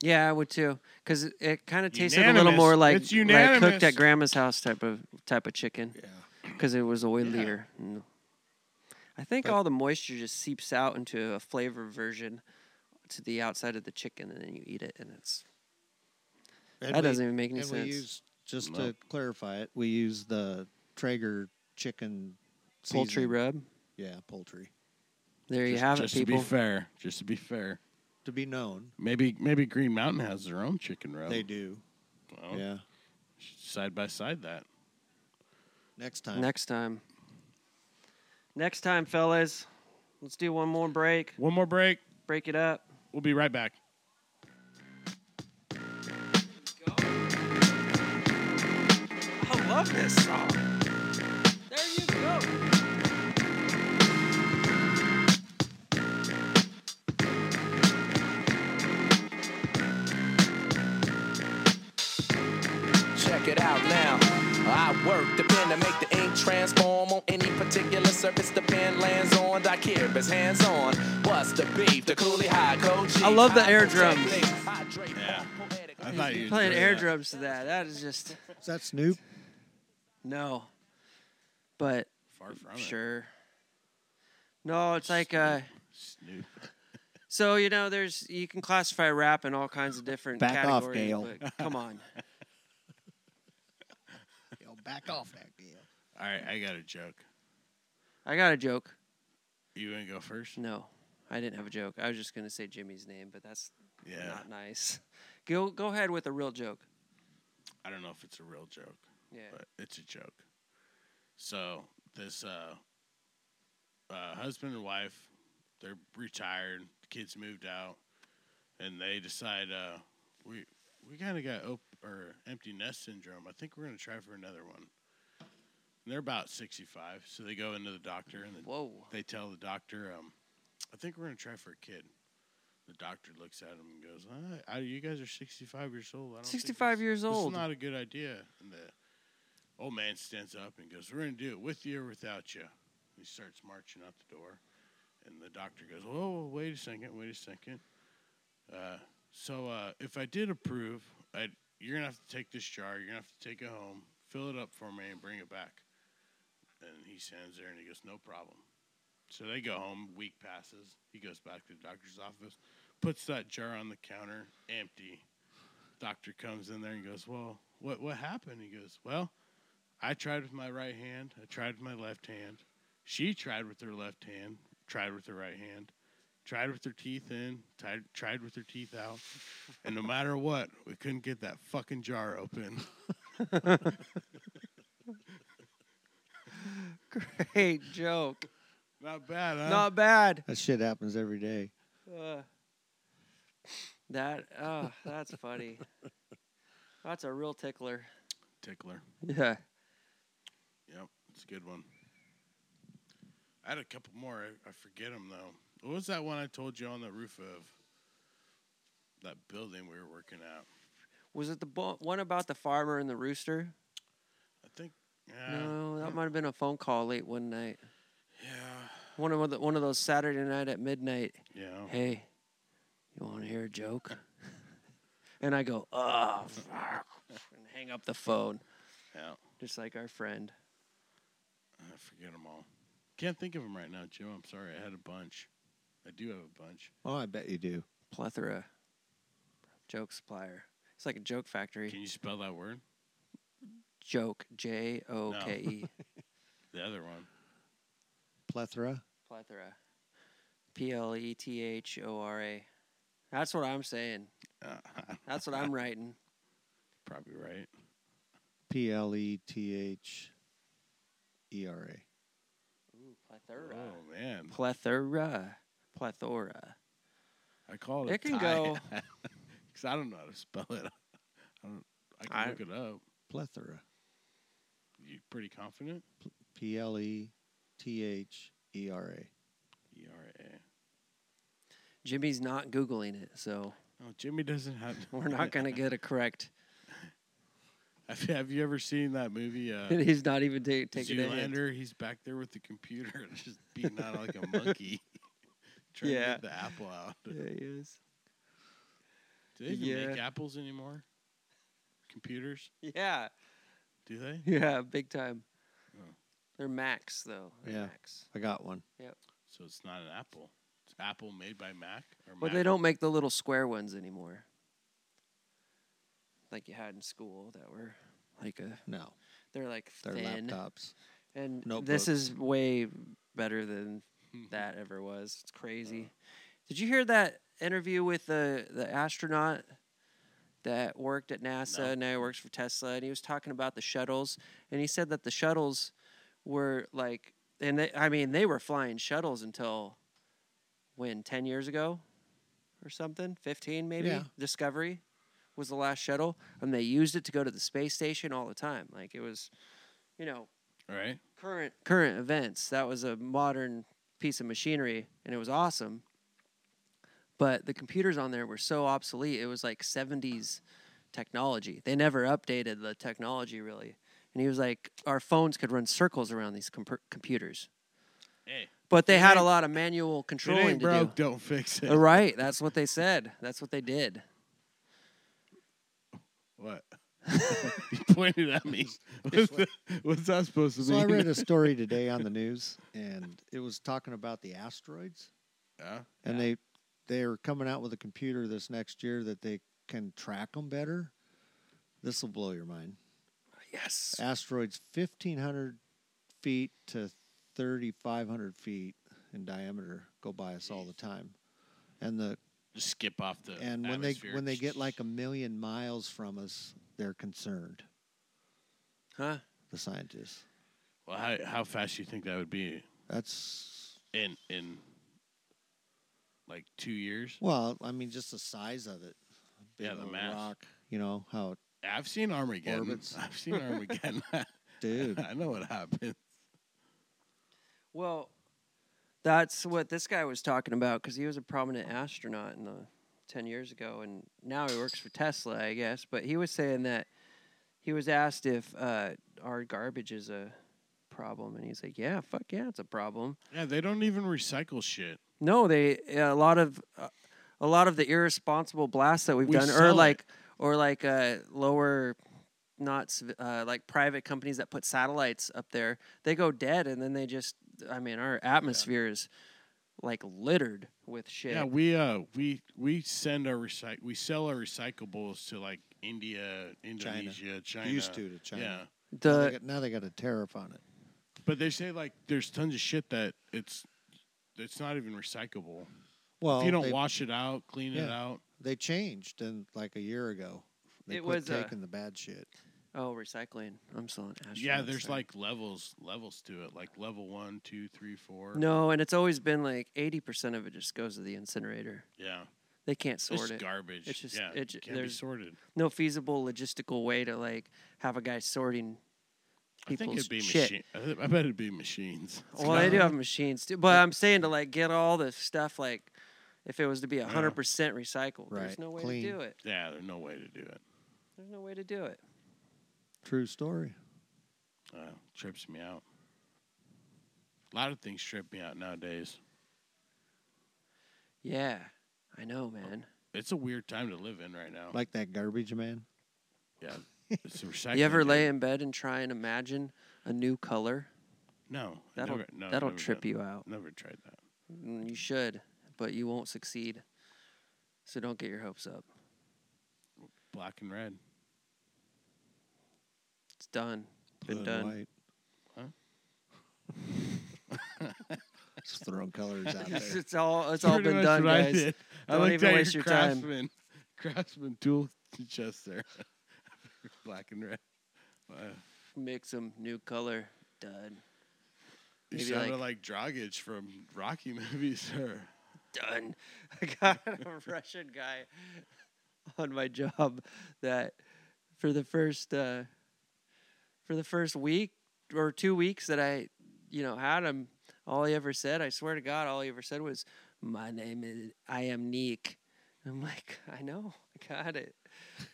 F: Yeah, I would too, because it, kind of tasted a little
G: Unanimous.
F: more like,
G: It's
F: like cooked
G: unanimous.
F: at grandma's house type of type of chicken. Yeah, because it was oilier. Mm. I think all the moisture just seeps out into a flavor version to the outside of the chicken, and then you eat it, and it's
E: And
F: That doesn't even make any
E: and
F: sense.
E: We used, just
G: No.
E: to clarify it, we use the Traeger chicken
F: Poultry
E: season.
F: rub.
E: Yeah, poultry.
F: There you
G: just,
F: have it,
G: just
F: people.
G: to be fair, just to be fair,
E: To be known,
G: maybe maybe Green Mountain has their own chicken rub.
E: they do.
G: Well,
E: Yeah.
G: Side by side, that
E: Next time.
F: Next time. Next time, fellas. Let's do one more break.
G: one more break.
F: Break it up.
G: We'll be right back.
F: I love this song. There you go.
I: Check it out now. I work the pen to make the ink transform on any particular surface the pen lands on. I care if it's hands on. What's the beef? The coolie high coach.
F: I love the air drums.
G: Yeah. I thought you
F: Playing
G: enjoyed
F: air
G: that.
F: drums to that. That is just
E: Is that Snoop?
F: no. But
G: Far from it.
F: sure. No, it's like uh
G: Snoop.
F: so you know there's you can classify rap in all kinds of different
E: Back off,
F: categories.
E: Dale.
F: but come on.
E: Yo, back off that deal.
G: All right, I got a joke.
F: I got a joke.
G: You gonna go first?
F: No, I didn't have a joke. I was just gonna say Jimmy's name, but that's
G: Yeah.
F: not nice. Go go ahead with a real joke.
G: I don't know if it's a real joke,
F: Yeah.
G: but it's a joke. So this uh, uh, husband and wife, they're retired. The kids moved out, and they decide uh, we we kind of got op- or empty nest syndrome. I think we're gonna try for another one. And they're about sixty five, so they go into the doctor and the
F: Whoa.
G: they tell the doctor, um, I think we're going to try for a kid. The doctor looks at him and goes, "Uh, I, You guys are 65 years old. I don't think
F: 65
G: this-
F: years
G: this is
F: old."
G: not a good idea. And the old man stands up and goes, We're going to do it with you or without you. He starts marching out the door. And the doctor goes, Oh, wait a second, wait a second. Uh, so uh, if I did approve, I'd, you're going to have to take this jar, you're going to have to take it home, fill it up for me, and bring it back. And he stands there and he goes, No problem. So they go home. Week passes. He goes back to the doctor's office, puts that jar on the counter, empty. Doctor comes in there and goes, "Well, what what happened?" He goes, "Well, I tried with my right hand. I tried with my left hand. She tried with her left hand. Tried with her right hand. Tried with her teeth in. Tried tried with her teeth out. And no matter what, we couldn't get that fucking jar open."
F: Great joke.
G: Not bad, huh?
F: Not bad.
E: That shit happens every day.
F: Uh, that oh, that's funny. That's a real tickler.
G: tickler.
F: Yeah.
G: Yep, it's a good one. I had a couple more. I, I forget them though. What was that one I told you on the roof of that building we were working at?
F: Was it the bo- one about the farmer and the rooster?
G: I think. Yeah.
F: No, that might have been a phone call late one night.
G: Yeah.
F: One of the, one of those Saturday night at midnight.
G: Yeah.
F: Hey, you want to hear a joke? and I go, oh, fuck," and hang up the phone,
G: Yeah.
F: just like our friend.
G: I forget them all. Can't think of them right now, Joe. I'm sorry. I had a bunch. I do have a bunch.
E: Oh, I bet you do.
F: Plethora, joke supplier. It's like a joke factory.
G: Can you spell that word?
F: joke, J O K E.
G: The other one.
E: Plethora.
F: Plethora, P L E T H O R A. That's what I'm saying.
G: Uh,
F: That's what I'm writing.
G: probably right.
E: P L E T H E R A.
F: Ooh, plethora.
G: Oh man,
F: Plethora. Plethora.
G: I called it.
F: It can go.
G: Because I don't know how to spell it. I don't. I can
F: I-
G: look it up.
E: Plethora.
G: You pretty confident?
E: P L E T H E R A.
G: E R A.
F: Jimmy's not Googling it, so
G: Oh, Jimmy doesn't have.
F: we're not going to get it correct.
G: Have, have you ever seen that movie? Uh,
F: He's not even ta- taking a hint.
G: Zoolander. He's back there with the computer, and just beating out like a monkey, trying
F: Yeah.
G: to get the apple out. Do
F: Yeah, he is.
G: they even make
F: Yeah.
G: apples anymore? Computers?
F: Yeah,
G: Do they?
F: yeah, big time.
G: Oh.
F: They're Macs though. They're
E: Yeah.
F: Macs.
E: I got one.
G: So it's not an apple. It's apple made by Mac or
F: But
G: Mac?
F: they don't make the little square ones anymore, like you had in school that were like a.
E: No,
F: They're like
E: they're
F: thin.
E: laptops.
F: And
E: Notebook.
F: this is way better than that ever was. It's crazy. Did you hear that interview with the the astronaut that worked at NASA and now he works for Tesla and he was talking about the shuttles and he said that the shuttles were like and they I mean they were flying shuttles until when 10 years ago or something 15 maybe
E: Yeah.
F: discovery was the last shuttle and they used it to go to the space station all the time like it was you know
G: Right?
F: current current events. That was a modern piece of machinery, and it was awesome. But the computers on there were so obsolete; it was like '70s technology. They never updated the technology really. And he was like, "Our phones could run circles around these compu- computers,
G: Hey,
F: but they had a lot of manual
G: if it
F: controlling
G: ain't
F: to
G: broke, don't fix it.
F: do." Right? That's what they said. That's what they did.
G: What? you pointed at me. What's that, what's that supposed to
E: So I
G: mean?
E: read a story today on the news, and it was talking about the asteroids,
G: Yeah.
E: and they they are coming out with a computer this next year that they can track them better. This will blow your mind.
F: Yes.
E: Asteroids fifteen hundred feet to thirty five hundred feet in diameter go by us all the time, and the
G: Just skip off the.
E: and when they
G: atmosphere.
E: when they get like a million miles from us, they're concerned.
F: Huh?
E: The scientists.
G: Well, how, how fast do you think that would be
E: That's
G: in in like two years?
E: Well, I mean, just the size of it. Big
G: Yeah, the
E: old
G: mass.
E: rock. You know how, it,
G: I've seen Armageddon.
E: Orbits.
G: I've seen Armageddon.
E: dude.
G: I know what happened.
F: Well, that's what this guy was talking about because he was a prominent astronaut in the ten years ago, and now he works for Tesla, I guess. But he was saying that he was asked if uh, our garbage is a problem, and he's like, "Yeah, fuck yeah, it's a problem."
G: Yeah, they don't even recycle shit.
F: No, they a lot of uh, a lot of the irresponsible blasts that we've
G: We
F: done,
G: sell
F: or
G: it.
F: like or like uh, lower, not civ- uh, like private companies that put satellites up there. They go dead, and then they just. I mean, our atmosphere is like littered with shit.
G: Yeah, we uh we we send our recyc we sell our recyclables to like India, Indonesia, China.
E: They Used to to China.
G: Yeah.
E: Now, they
F: the
E: got, now they got a tariff on it.
G: But they say like there's tons of shit that it's it's not even recyclable.
E: Well,
G: if you don't
E: they,
G: wash it out, clean it
E: Yeah.
G: out.
E: they changed and like a year ago. They
F: It
E: quit
F: was, uh,
E: taking the bad shit.
F: oh recycling. I'm still an astronaut.
G: Yeah, there's
F: sorry.
G: like levels levels to it, like level one, two, three, four.
F: no, and it's always been like 80 percent of it just goes to the incinerator.
G: Yeah.
F: They can't
G: It's
F: sort it.
G: garbage.
F: It's just-
G: yeah,
F: it ju-
G: can't be
F: there's-
G: sorted.
F: No feasible logistical way to like have a guy sorting.
G: I think
F: people's
G: it'd be
F: shit.
G: machine. I, th- I bet it'd be machines.
F: Well, they do have machines too, but I'm saying to like get all this stuff like if it was to be hundred percent recycled,
E: Right,
F: there's no way
E: clean.
F: to do it.
G: Yeah, there's no way to do it.
F: There's no way to do it.
E: True story.
G: Uh, trips me out. A lot of things trip me out nowadays.
F: Yeah, I know, man.
G: It's a weird time to live in right now.
E: Like that garbage man.
G: yeah, it's a recycling.
F: you ever lay
G: day.
F: in bed and try and imagine a new color?
G: No, I
F: That'll
G: never- no,
F: that'll
G: never
F: trip
G: done-
F: you out.
G: Never tried that.
F: Mm, You should, but you won't succeed. So don't get your hopes up.
G: Black and red.
F: It's done. It's been
E: Blue and
F: done.
E: white.
G: Huh?
E: Just throwing colors out
F: It's,
E: there.
F: it's all it's all been done,
G: I
F: guys.
G: did. I
F: Don't
G: looked
F: even
G: at
F: waste your time.
G: craftsman, craftsman tool chest there. Black and red. Uh,
F: Mix them, new color, done,
G: you
F: Maybe
G: sounded like, Dragich from Rocky movies, sir.
F: done. I got a Russian guy on my job that for the first uh, for the first week or two weeks that I you know had him, all he ever said, I swear to God, all he ever said was, "My name is I am Neek." I'm like, I know, I got it.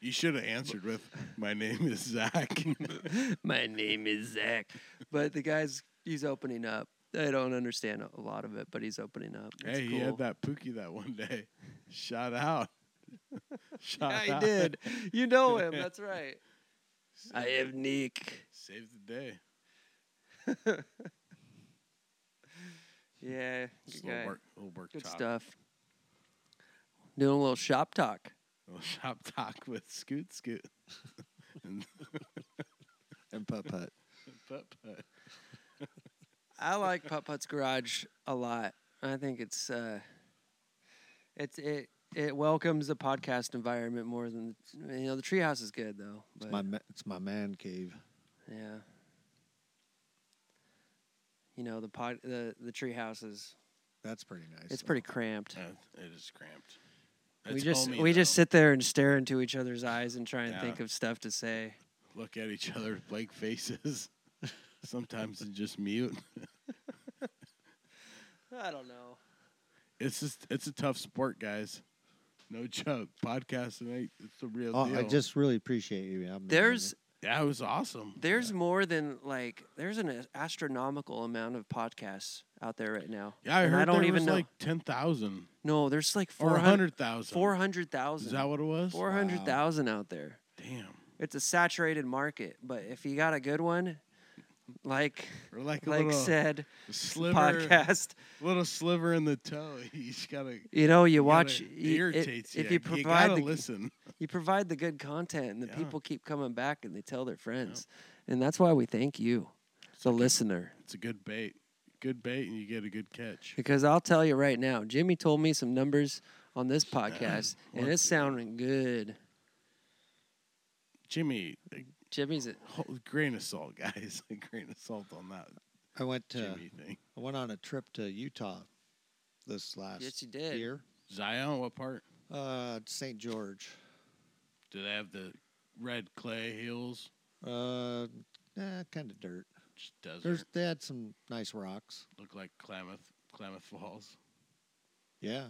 G: You should have answered with, "My name is Zach."
F: My name is Zach, but the guy's he's opening up. I don't understand a lot of it, but he's opening up. It's
G: hey,
F: cool.
G: he had that pookie that one day. Shout out. Shout
F: Yeah,
G: out.
F: he did. You know him. That's right. I am Nick.
G: Saved the day.
F: Yeah,
G: Just
F: good
G: a little
F: guy.
G: work, little work
F: Good
G: talk.
F: stuff. Doing a little shop talk.
G: Little shop talk with Scoot Scoot. and
E: And putt putt.
G: putt putt.
F: I like Putt Putt's Garage a lot. I think it's uh, it's it it welcomes the podcast environment more than you know. The treehouse is good though. But,
E: It's my ma- it's my man cave.
F: yeah. You know the pod the the treehouse is
E: That's pretty nice.
F: it's
E: though.
F: pretty cramped.
G: Uh, it is cramped.
F: we
G: That's
F: just
G: homey,
F: we just
G: though.
F: sit there and stare into each other's eyes and try and
G: Yeah. Mm-hmm.
F: think of stuff to say.
G: look at each other with blank faces. Sometimes and just mute.
F: I don't know.
G: It's just it's a tough sport, guys. No joke. Podcasting, ain't- it's the real
E: Oh,
G: deal.
E: I just really appreciate you. man. I'm-
F: There's
G: yeah, it was awesome.
F: there's more than like there's an astronomical amount of podcasts out there right now.
G: yeah, I
F: and
G: heard
F: I don't
G: there
F: even
G: was
F: know.
G: like ten thousand
F: no, there's like
G: or
F: 400
G: hundred thousand.
F: 400,000.
G: Is that what it was?
F: 400,000 out there.
G: Damn.
F: It's a saturated market, but if you got a good one, like
G: Or like a
F: like
G: little
F: said
G: sliver,
F: podcast,
G: little sliver in the toe. You just gotta
F: you know, you
G: gotta-
F: watch
G: it
F: you- it-
G: irritates
F: if
G: you
F: you provide
G: gotta
F: the
G: listen.
F: you provide the good content and the
G: Yeah.
F: people keep coming back and they tell their friends. And that's why we thank you, the listener.
G: It's a good bait. Good bait, and you get a good catch.
F: Because I'll tell you right now, Jimmy told me some numbers on this podcast and it's sounding good.
G: Jimmy,
F: Jimmy's
G: whole grain of salt, guys. A grain of salt on that
E: I went to
G: Jimmy thing.
E: I went on a trip to Utah this last
F: Yes, you did.
E: year.
G: Zion, what part?
E: Uh, St. George.
G: Do they have the red clay hills?
E: Uh, eh, kind of dirt.
G: Just desert.
E: There's they had some nice rocks.
G: Look like Klamath, Klamath Falls.
E: Yeah.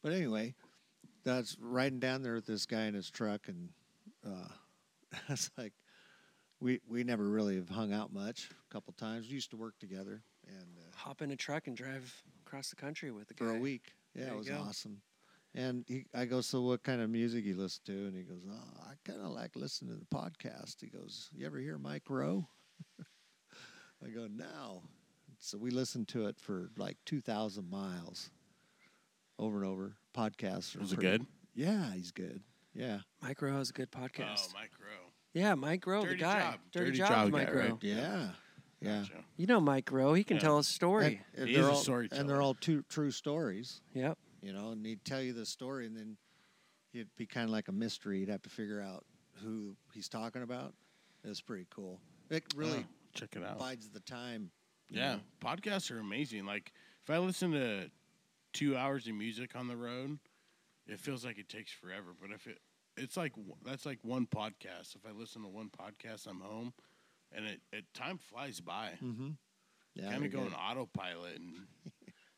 E: But anyway, that's riding down there with this guy in his truck, and uh, it's like we we never really have hung out much. A couple times, we used to work together, and uh,
F: hop in a truck and drive across the country with the guy.
E: for a week, yeah,
F: There
E: it
F: you
E: was
F: go.
E: awesome. And he, I go, so what kind of music you listen to? And he goes, oh, I kind of like listening to the podcast. He goes, you ever hear Mike Rowe? I go, no. So we listened to it for like two thousand miles, over and over. Podcasts. Are
G: Was it
E: pretty-
G: good?
E: Yeah, he's good. Yeah,
F: Mike Rowe is a good podcast.
G: Oh, micro.
F: yeah, Mike Rowe, the
G: Dirty
F: guy.
G: Job.
F: Dirty,
G: Dirty
F: Jobs,
G: Job guy,
F: Mike Rowe.
G: right?
E: yeah, yeah.
F: You know Mike Rowe. He can
G: Yeah.
F: tell a story.
E: And, and
G: He is
E: they're
G: a
E: all, and
G: storyteller.
E: they're all two true stories.
F: yep.
E: you know, and he'd tell you the story, and then it'd be kind of like a mystery. You'd have to figure out who he's talking about. It's pretty cool. It really
G: Oh, check it out.
E: bides the time. you
G: Yeah,
E: know.
F: Mm-hmm.
G: podcasts are amazing. Like if I listen to two hours of music on the road, it feels like it takes forever. But if it, it's like w- that's like one podcast. If I listen to one podcast, I'm home, and it, it time flies by.
F: Mm-hmm.
E: Yeah,
G: kind
E: they're
G: of going
E: good.
G: autopilot, and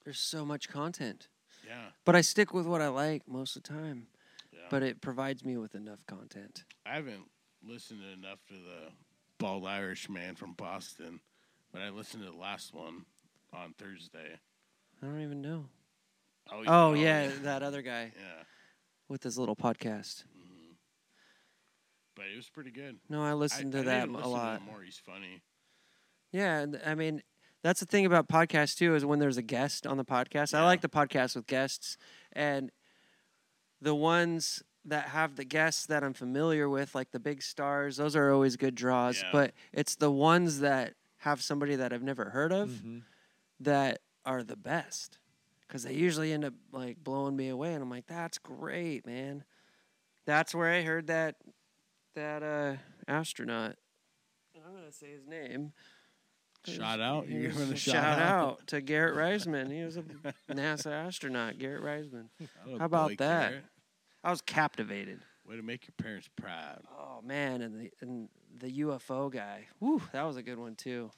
F: There's so much content,
G: yeah,
F: but I stick with what I like most of the time.
G: yeah.
F: But it provides me with enough content.
G: I haven't listened to enough to the bald Irish man from Boston, but I listened to the last one on Thursday.
F: I don't even know.
G: you
F: Oh
G: know,
F: yeah, that other guy
G: yeah.
F: with his little podcast.
G: But it was pretty good.
F: No, I listen
G: I,
F: to
G: I
F: that
G: need
F: a
G: listen to
F: lot.
G: him more. He's funny.
F: Yeah, and I mean that's the thing about podcasts too is when there's a guest on the podcast. I
G: Yeah.
F: like the podcast with guests, and the ones that have the guests that I'm familiar with, like the big stars, those are always good draws.
G: Yeah.
F: But it's the ones that have somebody that I've never heard of
G: Mm-hmm.
F: that are the best because they usually end up like blowing me away, and I'm like, that's great, man. That's where I heard that that uh, astronaut. I'm gonna say his name.
G: Shout out. You're
F: Here's
G: giving a
F: a
G: shout,
F: shout
G: out.
F: out to Garrett Reisman. He was a NASA astronaut, Garrett Reisman.
G: Hello,
F: How about
G: Blake
F: that?
G: Garrett.
F: I was captivated.
G: Way to make your parents proud.
F: Oh man, and the and the UFO guy. Woo, that was a good one too.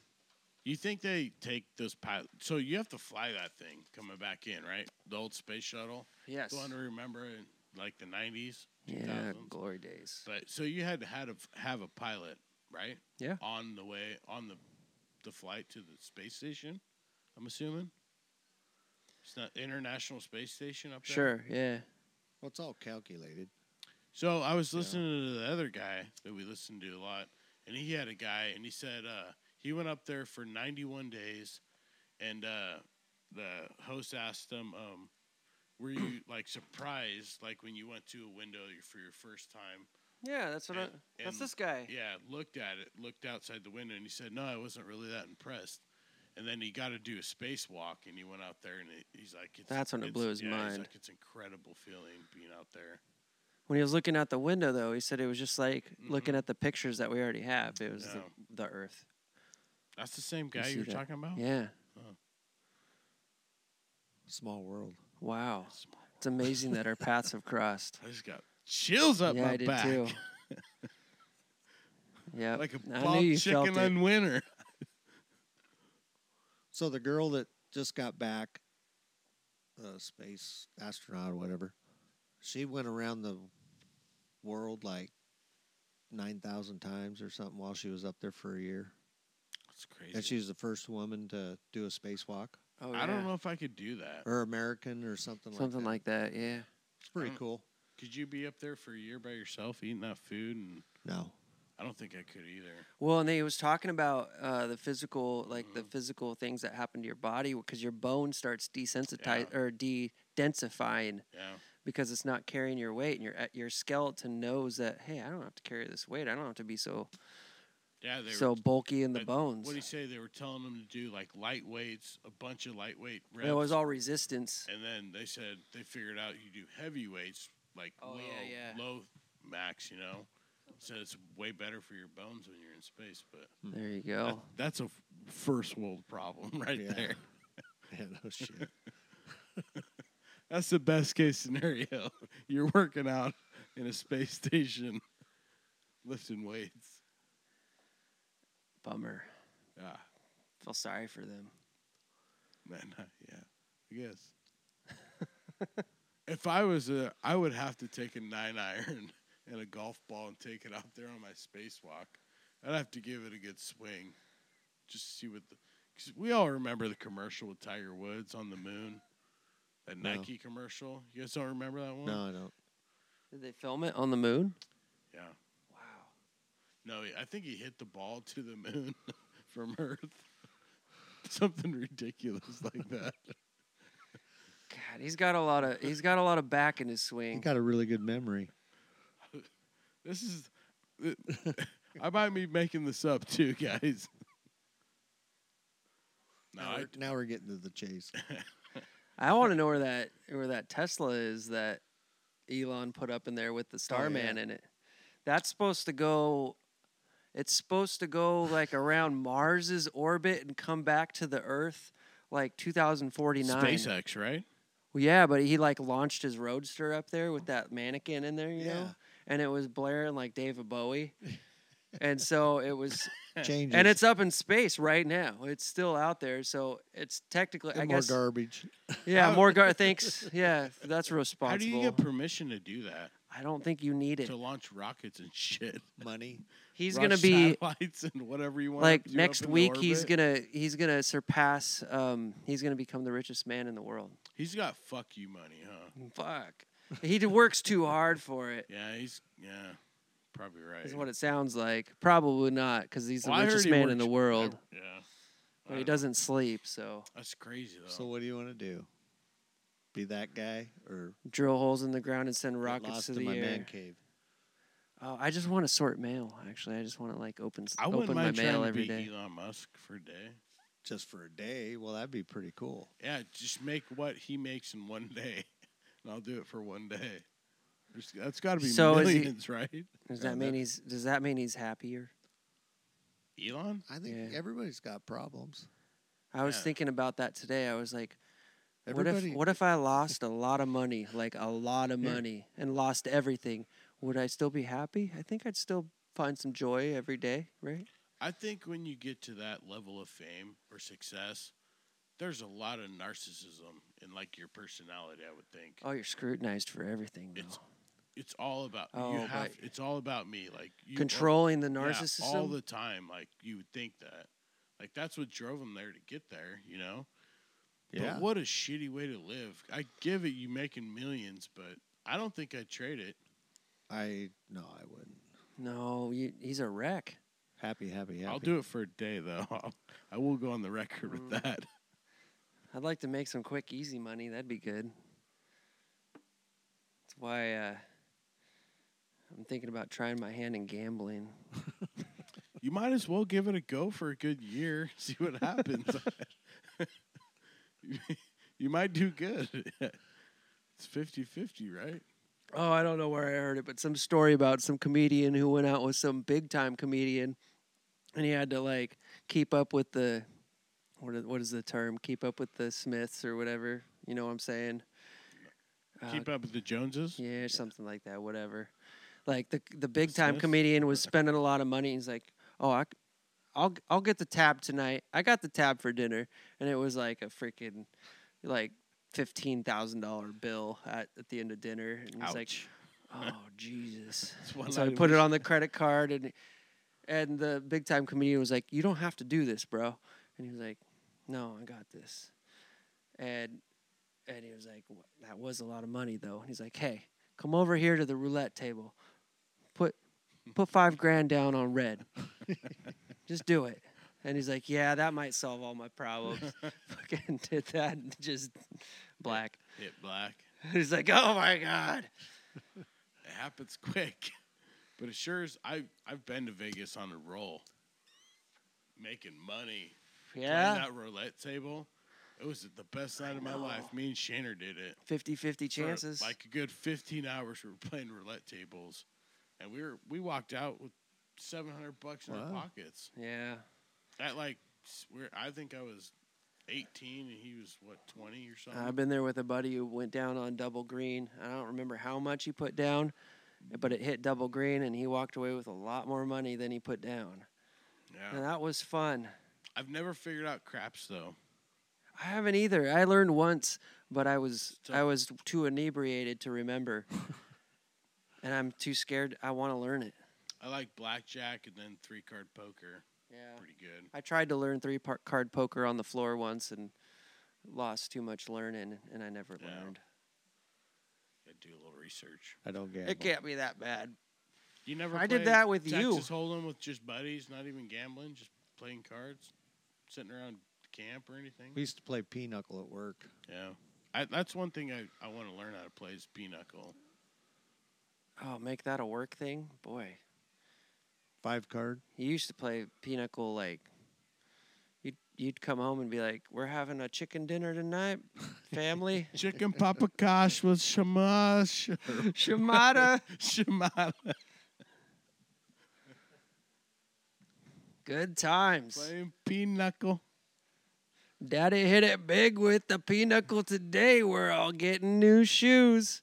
G: You think they take this pilot? So you have to fly that thing coming back in, right? The old space shuttle.
F: Yes.
G: The one to remember in like the 90s, 2000s.
F: Yeah, glory days.
G: But uh, so you had to had a, have a pilot, right?
F: Yeah.
G: On the way on the the flight to the space station, I'm assuming. It's not International Space Station up there.
F: Sure. Yeah.
E: Well, it's all calculated.
G: So I was listening to the other guy that we listened to a lot, and he had a guy, and he said uh, he went up there for 91 days, and uh, the host asked him, um, "Were you like surprised, like when you went to a window for your first time?"
F: Yeah, that's what. I,
G: And-
F: that's
G: and-
F: this guy.
G: Yeah, looked at it, looked outside the window, and he said, "No, I wasn't really that impressed." And then he got to do a spacewalk, and he went out there, and it, he's like, it's,
F: That's when it
G: it's-
F: blew his
G: yeah, he's
F: mind.
G: like, it's incredible feeling being out there.
F: When he was looking out the window, though, he said it was just like looking at the pictures that we already have. It was
G: Mm-hmm. Yeah.
F: the, the Earth.
G: That's the same
F: You
G: guy
F: see
G: you were
F: that?
G: talking about.
F: Yeah.
E: Small world.
F: Wow. It's amazing that our paths have crossed.
G: I just got chills up
F: yeah,
G: my
F: I did
G: back,
F: too. yeah.
G: like a
F: I knew
G: bald
F: you felt
G: chicken
F: it.
G: in winter.
E: So the girl that just got back, uh, space astronaut or whatever, she went around the world like nine thousand times or something while she was up there for a year,
G: That's crazy.
E: and she was the first woman to do a spacewalk
F: Oh,
G: I
F: yeah.
G: don't know if I could do that.
E: or American or something,
F: Something
E: like
F: like that. Yeah.
E: that. It's pretty cool.
G: Could you be up there for a year by yourself eating that food? And
E: No,
G: I don't think I could either.
F: Well, and then he was talking about uh, the physical, like
G: Mm-hmm.
F: the physical things that happen to your body because your bone starts desensitized or de-densifying
G: Yeah.
F: because it's not carrying your weight, and your uh, your skeleton knows that hey, I don't have to carry this weight. I don't have to be so
G: Yeah. They
F: so
G: were,
F: bulky in the bones.
G: What do you say? They were telling them to do like light weights, a bunch of lightweight reps.
F: it was all resistance.
G: and then they said they figured out you do heavy weights, like
F: Oh,
G: low,
F: yeah, yeah.
G: low max, you know. So it's way better for your bones when you're in space, but
F: There you go.
G: that- that's a f- first world problem right
E: Yeah.
G: there.
E: yeah, no shit.
G: That's the best case scenario. You're working out in a space station, lifting weights.
F: Bummer.
G: Ah,
F: Feel sorry for them.
G: man, yeah, I guess. if I was a, I would have to take a nine iron and a golf ball and take it out there on my spacewalk. I'd have to give it a good swing, just to see what. The, cause we all remember the commercial with Tiger Woods on the moon, that
E: No.
G: Nike commercial. You guys don't remember that one?
E: No, I don't.
F: Did they film it on the moon?
G: Yeah.
F: Wow.
G: No, I think he hit the ball to the moon from Earth. Something ridiculous like that.
F: God, he's got a lot of he's got a lot of back in his
E: He
F: swing.
E: got a really good memory.
G: This is. I might be making this up too, guys. No,
E: now,
G: I,
E: we're, now we're getting to the chase.
F: I want to know where that where that Tesla is that Elon put up in there with the Starman in it. That's supposed to go. It's supposed to go like around Mars's orbit and come back to the Earth like 2049.
G: SpaceX, right?
F: Well, yeah, but he like launched his Roadster up there with that mannequin in there, you know,
E: Yeah.
F: and it was blaring like David Bowie, and so it was,
E: Changes
F: and it's up in space right now. It's still out there, so it's technically,
E: And
F: I
E: more
F: guess,
E: garbage.
F: yeah, more gar. Thanks. Yeah, that's responsible.
G: How do you get permission to do that?
F: I don't think you need it.
G: To launch rockets and shit.
E: Money.
F: He's
G: Launch
F: gonna be
G: satellites and whatever you want.
F: like
G: to do
F: next
G: up in
F: week. He's
G: orbit.
F: gonna he's gonna surpass. Um, he's gonna become the richest man in the world.
G: He's got fuck you money, huh?
F: Fuck. He d- works too hard for it.
G: Yeah, he's yeah, probably right.
F: Is what it sounds like. Probably not, because he's the
G: Well, I heard
F: richest
G: he
F: man in the
G: works-
F: world.
G: Yeah,
F: But he doesn't sleep, so
G: that's crazy though.
E: So what do you want to do? Be that guy or
F: drill holes in the ground and send
E: get
F: rockets
E: lost
F: to
E: in
F: the
E: my man
F: air.
E: cave?
F: Oh, I just want to sort mail. Actually, I just want to like open s-
G: I wouldn't
F: open my
G: mind
F: mail
G: trying to
F: every
G: be
F: day.
G: Elon Musk for a day.
E: Just for a day? Well, that'd be pretty cool.
G: Yeah, just make what he makes in one day, and I'll do it for one day. There's, that's got to be
F: So is he-
G: millions, right?
F: Does that mean he's Does that mean he's happier?
G: Elon?
E: I think
F: Yeah.
E: everybody's got problems.
F: I was
G: Yeah.
F: thinking about that today. I was like, what
E: Everybody.
F: if what if I lost a lot of money, like a lot of
E: Yeah.
F: money, and lost everything? Would I still be happy? I think I'd still find some joy every day, right?
G: I think when you get to that level of fame or success, there's a lot of narcissism in like your personality. I would think
F: Oh, you're scrutinized for everything though.
G: It's- it's all about you.
F: Oh,
G: Have,
F: but-
G: it's all about me. Like you
F: Controlling the
G: yeah,
F: narcissism.
G: all the time. Like you would think that. Like that's what drove him there to get there. You know.
E: Yeah.
G: But what a shitty way to live. I give it you making millions, but I don't think I'd trade it.
E: I no, I wouldn't.
F: no, you, he's a wreck.
E: Happy, happy, happy.
G: I'll do it for a day though. I'll, I will go on the record with
F: Mm.
G: that.
F: I'd like to make some quick, easy money. That'd be good. That's why uh, I'm thinking about trying my hand in gambling.
G: you might as well give it a go for a good year, see what happens. You- you might do good. it's 50 50, right?
F: Oh, I don't know where I heard it, but some story about some comedian who went out with some big time comedian, and he had to like keep up with the what is, what is the term? Keep up with the Smiths or whatever. You know what I'm saying? Uh,
G: Keep up with the Joneses.
F: Yeah, something like that. Whatever. Like the the big time
G: Smiths?
F: comedian was spending a lot of money. He's like, oh, I, will I'll get the tab tonight. I got the tab for dinner, and it was like a freaking like fifteen thousand dollar bill at, at the end of dinner. And he's like,
G: Ouch.
F: oh Jesus.
G: That's one
F: And so I
G: night of
F: put it
G: wish-
F: on the credit card, and and the big time comedian was like, you don't have to do this, bro. And he was like, no, I got this. And and he was like, "Wha- that was a lot of money though. And he's like, hey, come over here to the roulette table. Put put five grand down on red. just do it. And he's like, yeah, that might solve all my problems. Fucking did that, and just black.
G: Hit black.
F: He's like, oh my god.
G: It happens quick, but it sure is. I I've been to Vegas on a roll, making money. Playing
F: Yeah.
G: that roulette table. It was the best night of my life. Me and Shanner did it.
F: 50-50
G: for,
F: chances.
G: Like a good 15 hours, we were playing roulette tables, and we were we walked out with 700 bucks in our
E: Wow.
G: pockets.
F: yeah.
G: At like, s- where I think I was 18 and he was what 20 or something.
F: I've been there with a buddy who went down on double green. I don't remember how much he put down, but it hit double green, and he walked away with a lot more money than he put down.
G: yeah,
F: And that was fun.
G: I've never figured out craps though.
F: I haven't either. I learned once, but I was
G: It's
F: I
G: a-
F: was too inebriated to remember, and I'm too scared. I want to learn it.
G: I like blackjack and then three card poker.
F: Yeah.
G: Pretty good.
F: I tried to learn three par- card poker on the floor once and lost too much learning, and I never
G: Yeah.
F: learned.
G: I do a little research.
E: I don't gamble.
F: It can't be that bad.
G: You never.
F: I did
G: played
F: that with
G: Texas
F: you.
G: Hold'em with just buddies, not even gambling, just playing cards, sitting around camp or anything.
E: We used to play pinochle at work.
G: Yeah, I, that's one thing I, I want to learn how to play is pinochle.
F: Oh, make that a work thing, boy.
E: Five card.
F: You used to play pinochle like you'd you'd come home and be like, "We're having a chicken dinner tonight, family."
G: Chicken papa kosh with shamash,
F: Shimada,
G: shamata.
F: good times.
G: Playing pinochle.
F: Daddy hit it big with the pinochle today. We're all getting new shoes.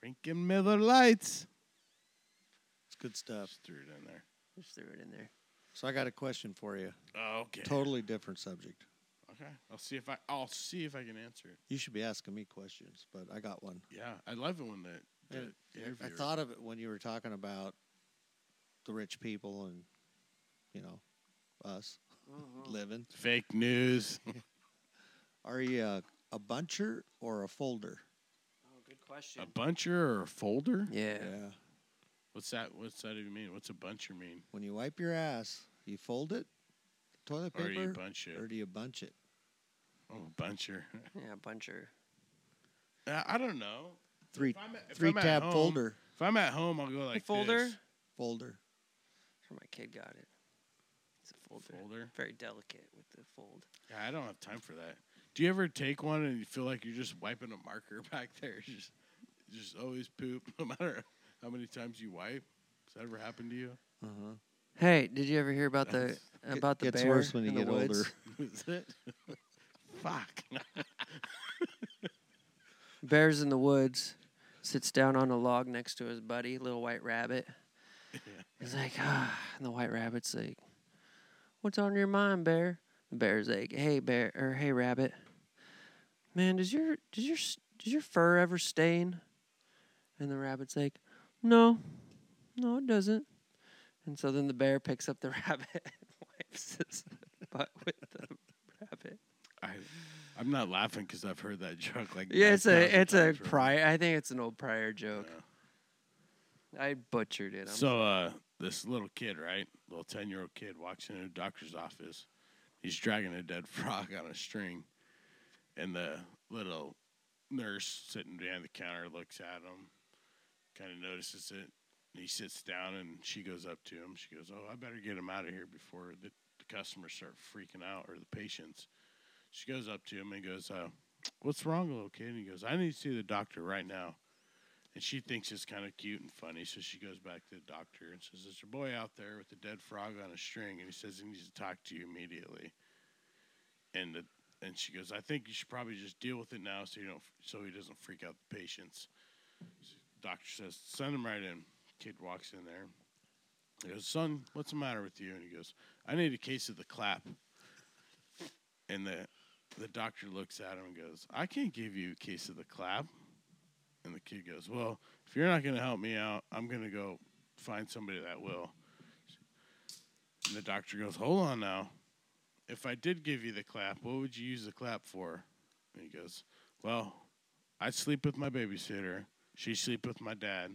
G: Drinking Miller Lights.
E: It's good stuff.
G: Just threw it in there.
F: Just threw it in there.
E: So I got a question for you.
G: Oh, okay.
E: Totally different subject.
G: Okay. I'll see if I I'll see if I can answer it.
E: You should be asking me questions, but I got one.
G: Yeah, I love it when the, the
E: And I- I
G: interviewer-
E: thought of it when you were talking about the rich people and you know us
G: Mm.
E: living.
G: fake news.
E: Are you a, a buncher or a folder?
F: Oh, good question.
G: a buncher or a folder?
F: yeah.
G: What's that? What's that even mean? What's a buncher mean?
E: When you wipe your ass, you fold it, toilet
G: Or
E: paper,
G: do you bunch it?
E: or do you bunch it?
G: I'm Oh, a buncher.
F: yeah, buncher.
G: Uh, I don't know.
E: Three
G: If I'm at- if
E: three
G: I'm at
E: tab
G: home-
E: folder.
G: If I'm at home, I'll go like
F: folder.
G: this.
E: Folder.
F: That's where my kid got it. It's a folder.
G: Folder.
F: Very delicate with the fold.
G: Yeah, I don't have time for that. Do you ever take one and you feel like you're just wiping a marker back there? Just, just always poop, no matter how many times you wipe. Has that ever happened to you?
E: Uh-huh.
F: Hey, did you ever hear about the
E: It
F: about the
E: gets
F: bear
E: worse when you
F: in the
E: get
F: woods?
E: older.
G: Is it? Fuck.
F: Bears in the woods sits down on a log next to his buddy, little white rabbit. He's like, ah, and the white rabbit's like, "What's on your mind, bear?" The bear's like, "Hey, bear, or hey, rabbit, man, does your does your s- does your fur ever stain?" And the rabbit's like, "No, no, it doesn't." And so then the bear picks up the rabbit and wipes his butt with the rabbit.
G: I, I'm not laughing because I've heard that joke like.
F: Yeah, it's a
G: 9,000
F: it's a
G: times already.
F: prior. I think it's an old prior joke. I butchered it. I'm
G: So uh, this little kid, right, little ten year old kid, walks into a doctor's office. He's dragging a dead frog on a string, and the little nurse sitting behind the counter looks at him, kind of notices it, And he sits down and she goes up to him. She goes, Oh, I better get him out of here before the, the customers start freaking out or the patients. She goes up to him and goes, uh, What's wrong, little kid? And he goes, I need to see the doctor right now. And she thinks it's kind of cute and funny. So she goes back to the doctor and says, There's a boy out there with a dead frog on a string. And he says, He needs to talk to you immediately. And the, and she goes, I think you should probably just deal with it now so you don't, so he doesn't freak out the patients. Doctor says, send him right in. Kid walks in there. He goes, son, what's the matter with you? And he goes, I need a case of the clap. And the the doctor looks at him and goes, I can't give you a case of the clap. And the kid goes, Well, if you're not gonna help me out, I'm gonna go find somebody that will. And the doctor goes, Hold on now. If I did give you the clap, what would you use the clap for? And he goes, Well, I'd sleep with my babysitter. She'd sleep with my dad.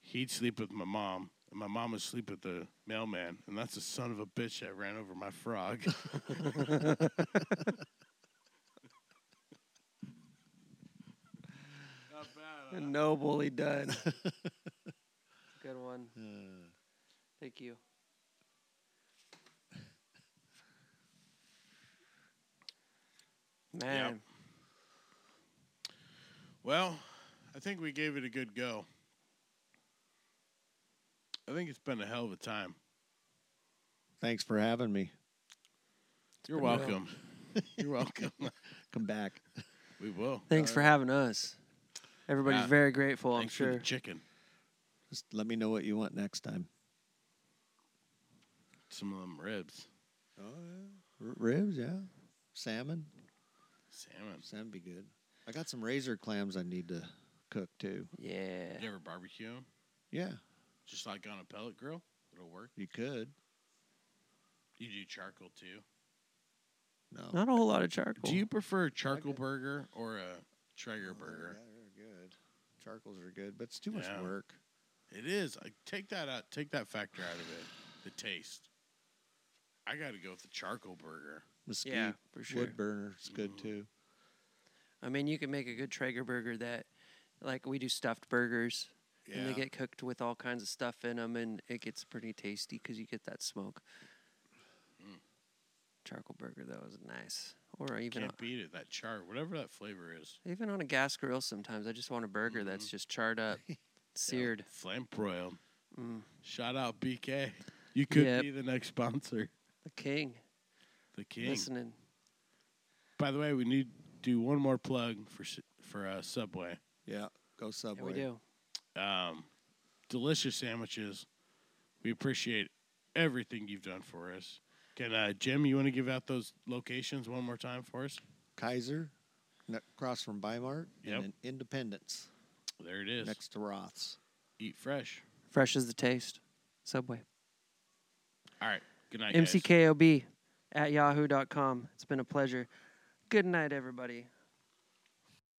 G: He'd sleep with my mom. And my mom would sleep with the mailman. And that's the son of a bitch that ran over my frog. Not bad. huh?
F: Nobly done. Good one.
E: Uh,
F: Thank you.
G: Uh,
F: Man,
G: Well, I think we gave it a good go. I think it's been a hell of a time.
E: thanks for having me.
G: You're
F: been a hell-
G: welcome. You're welcome.
E: Come back.
G: we will.
F: thanks for having us. Everybody's
G: Yeah.
F: very grateful,
G: Thanks
F: I'm
G: for
F: sure.
G: the chicken.
E: Just let me know what you want next time.
G: Some of them ribs.
E: Oh yeah, R- ribs. Yeah, salmon.
G: Salmon.
E: Salmon be good. I got some razor clams I need to cook too.
F: yeah.
G: You ever barbecue 'em?
E: Yeah,
G: Just like on a pellet grill? It'll work.
E: you could.
G: You do charcoal too.
E: No.
F: Not a whole lot of charcoal.
G: Do you prefer a charcoal
E: Okay.
G: burger or a Traeger
E: Oh, they're-
G: burger?
E: yeah, they're good. Charcoals are good, but it's too much
G: Yeah.
E: work.
G: It is. I take that out. Take that factor out of it. The taste. I got to go with the charcoal burger.
E: Mesquite
F: yeah, for sure.
E: wood burner is good
G: Mhm.
E: too.
F: I mean, you can make a good Traeger burger that, like, we do stuffed burgers, and they get cooked with all kinds of stuff in them, and it gets pretty tasty because you get that smoke.
G: Mm.
F: Charcoal burger though is nice, or even
G: Can't beat it. That char, whatever that flavor is.
F: a, even on a gas grill. Sometimes I just want a burger
G: Mm-hmm.
F: that's just charred up, seared.
G: Flame broiled. Shout out BK. You could
F: Mm. Yep.
G: be the next sponsor.
F: The king,
G: The king.
F: listening.
G: By the way, we need to do one more plug for s- for uh, Subway.
E: Yeah,
F: Yeah,
E: go
F: we
E: Subway.
F: do.
G: um, delicious sandwiches. We appreciate everything you've done for us. Can uh, Jim, you want to give out those locations one more time for us?
E: Kaiser, ne- across from Bimart,
G: Yep.
E: and in Independence,
G: There it is.
E: next to Roth's.
G: Eat fresh.
F: Fresh is the taste. Subway.
G: All right. Good night, guys.
F: MCKOB at yahoo.com. It's been a pleasure. Good night, everybody.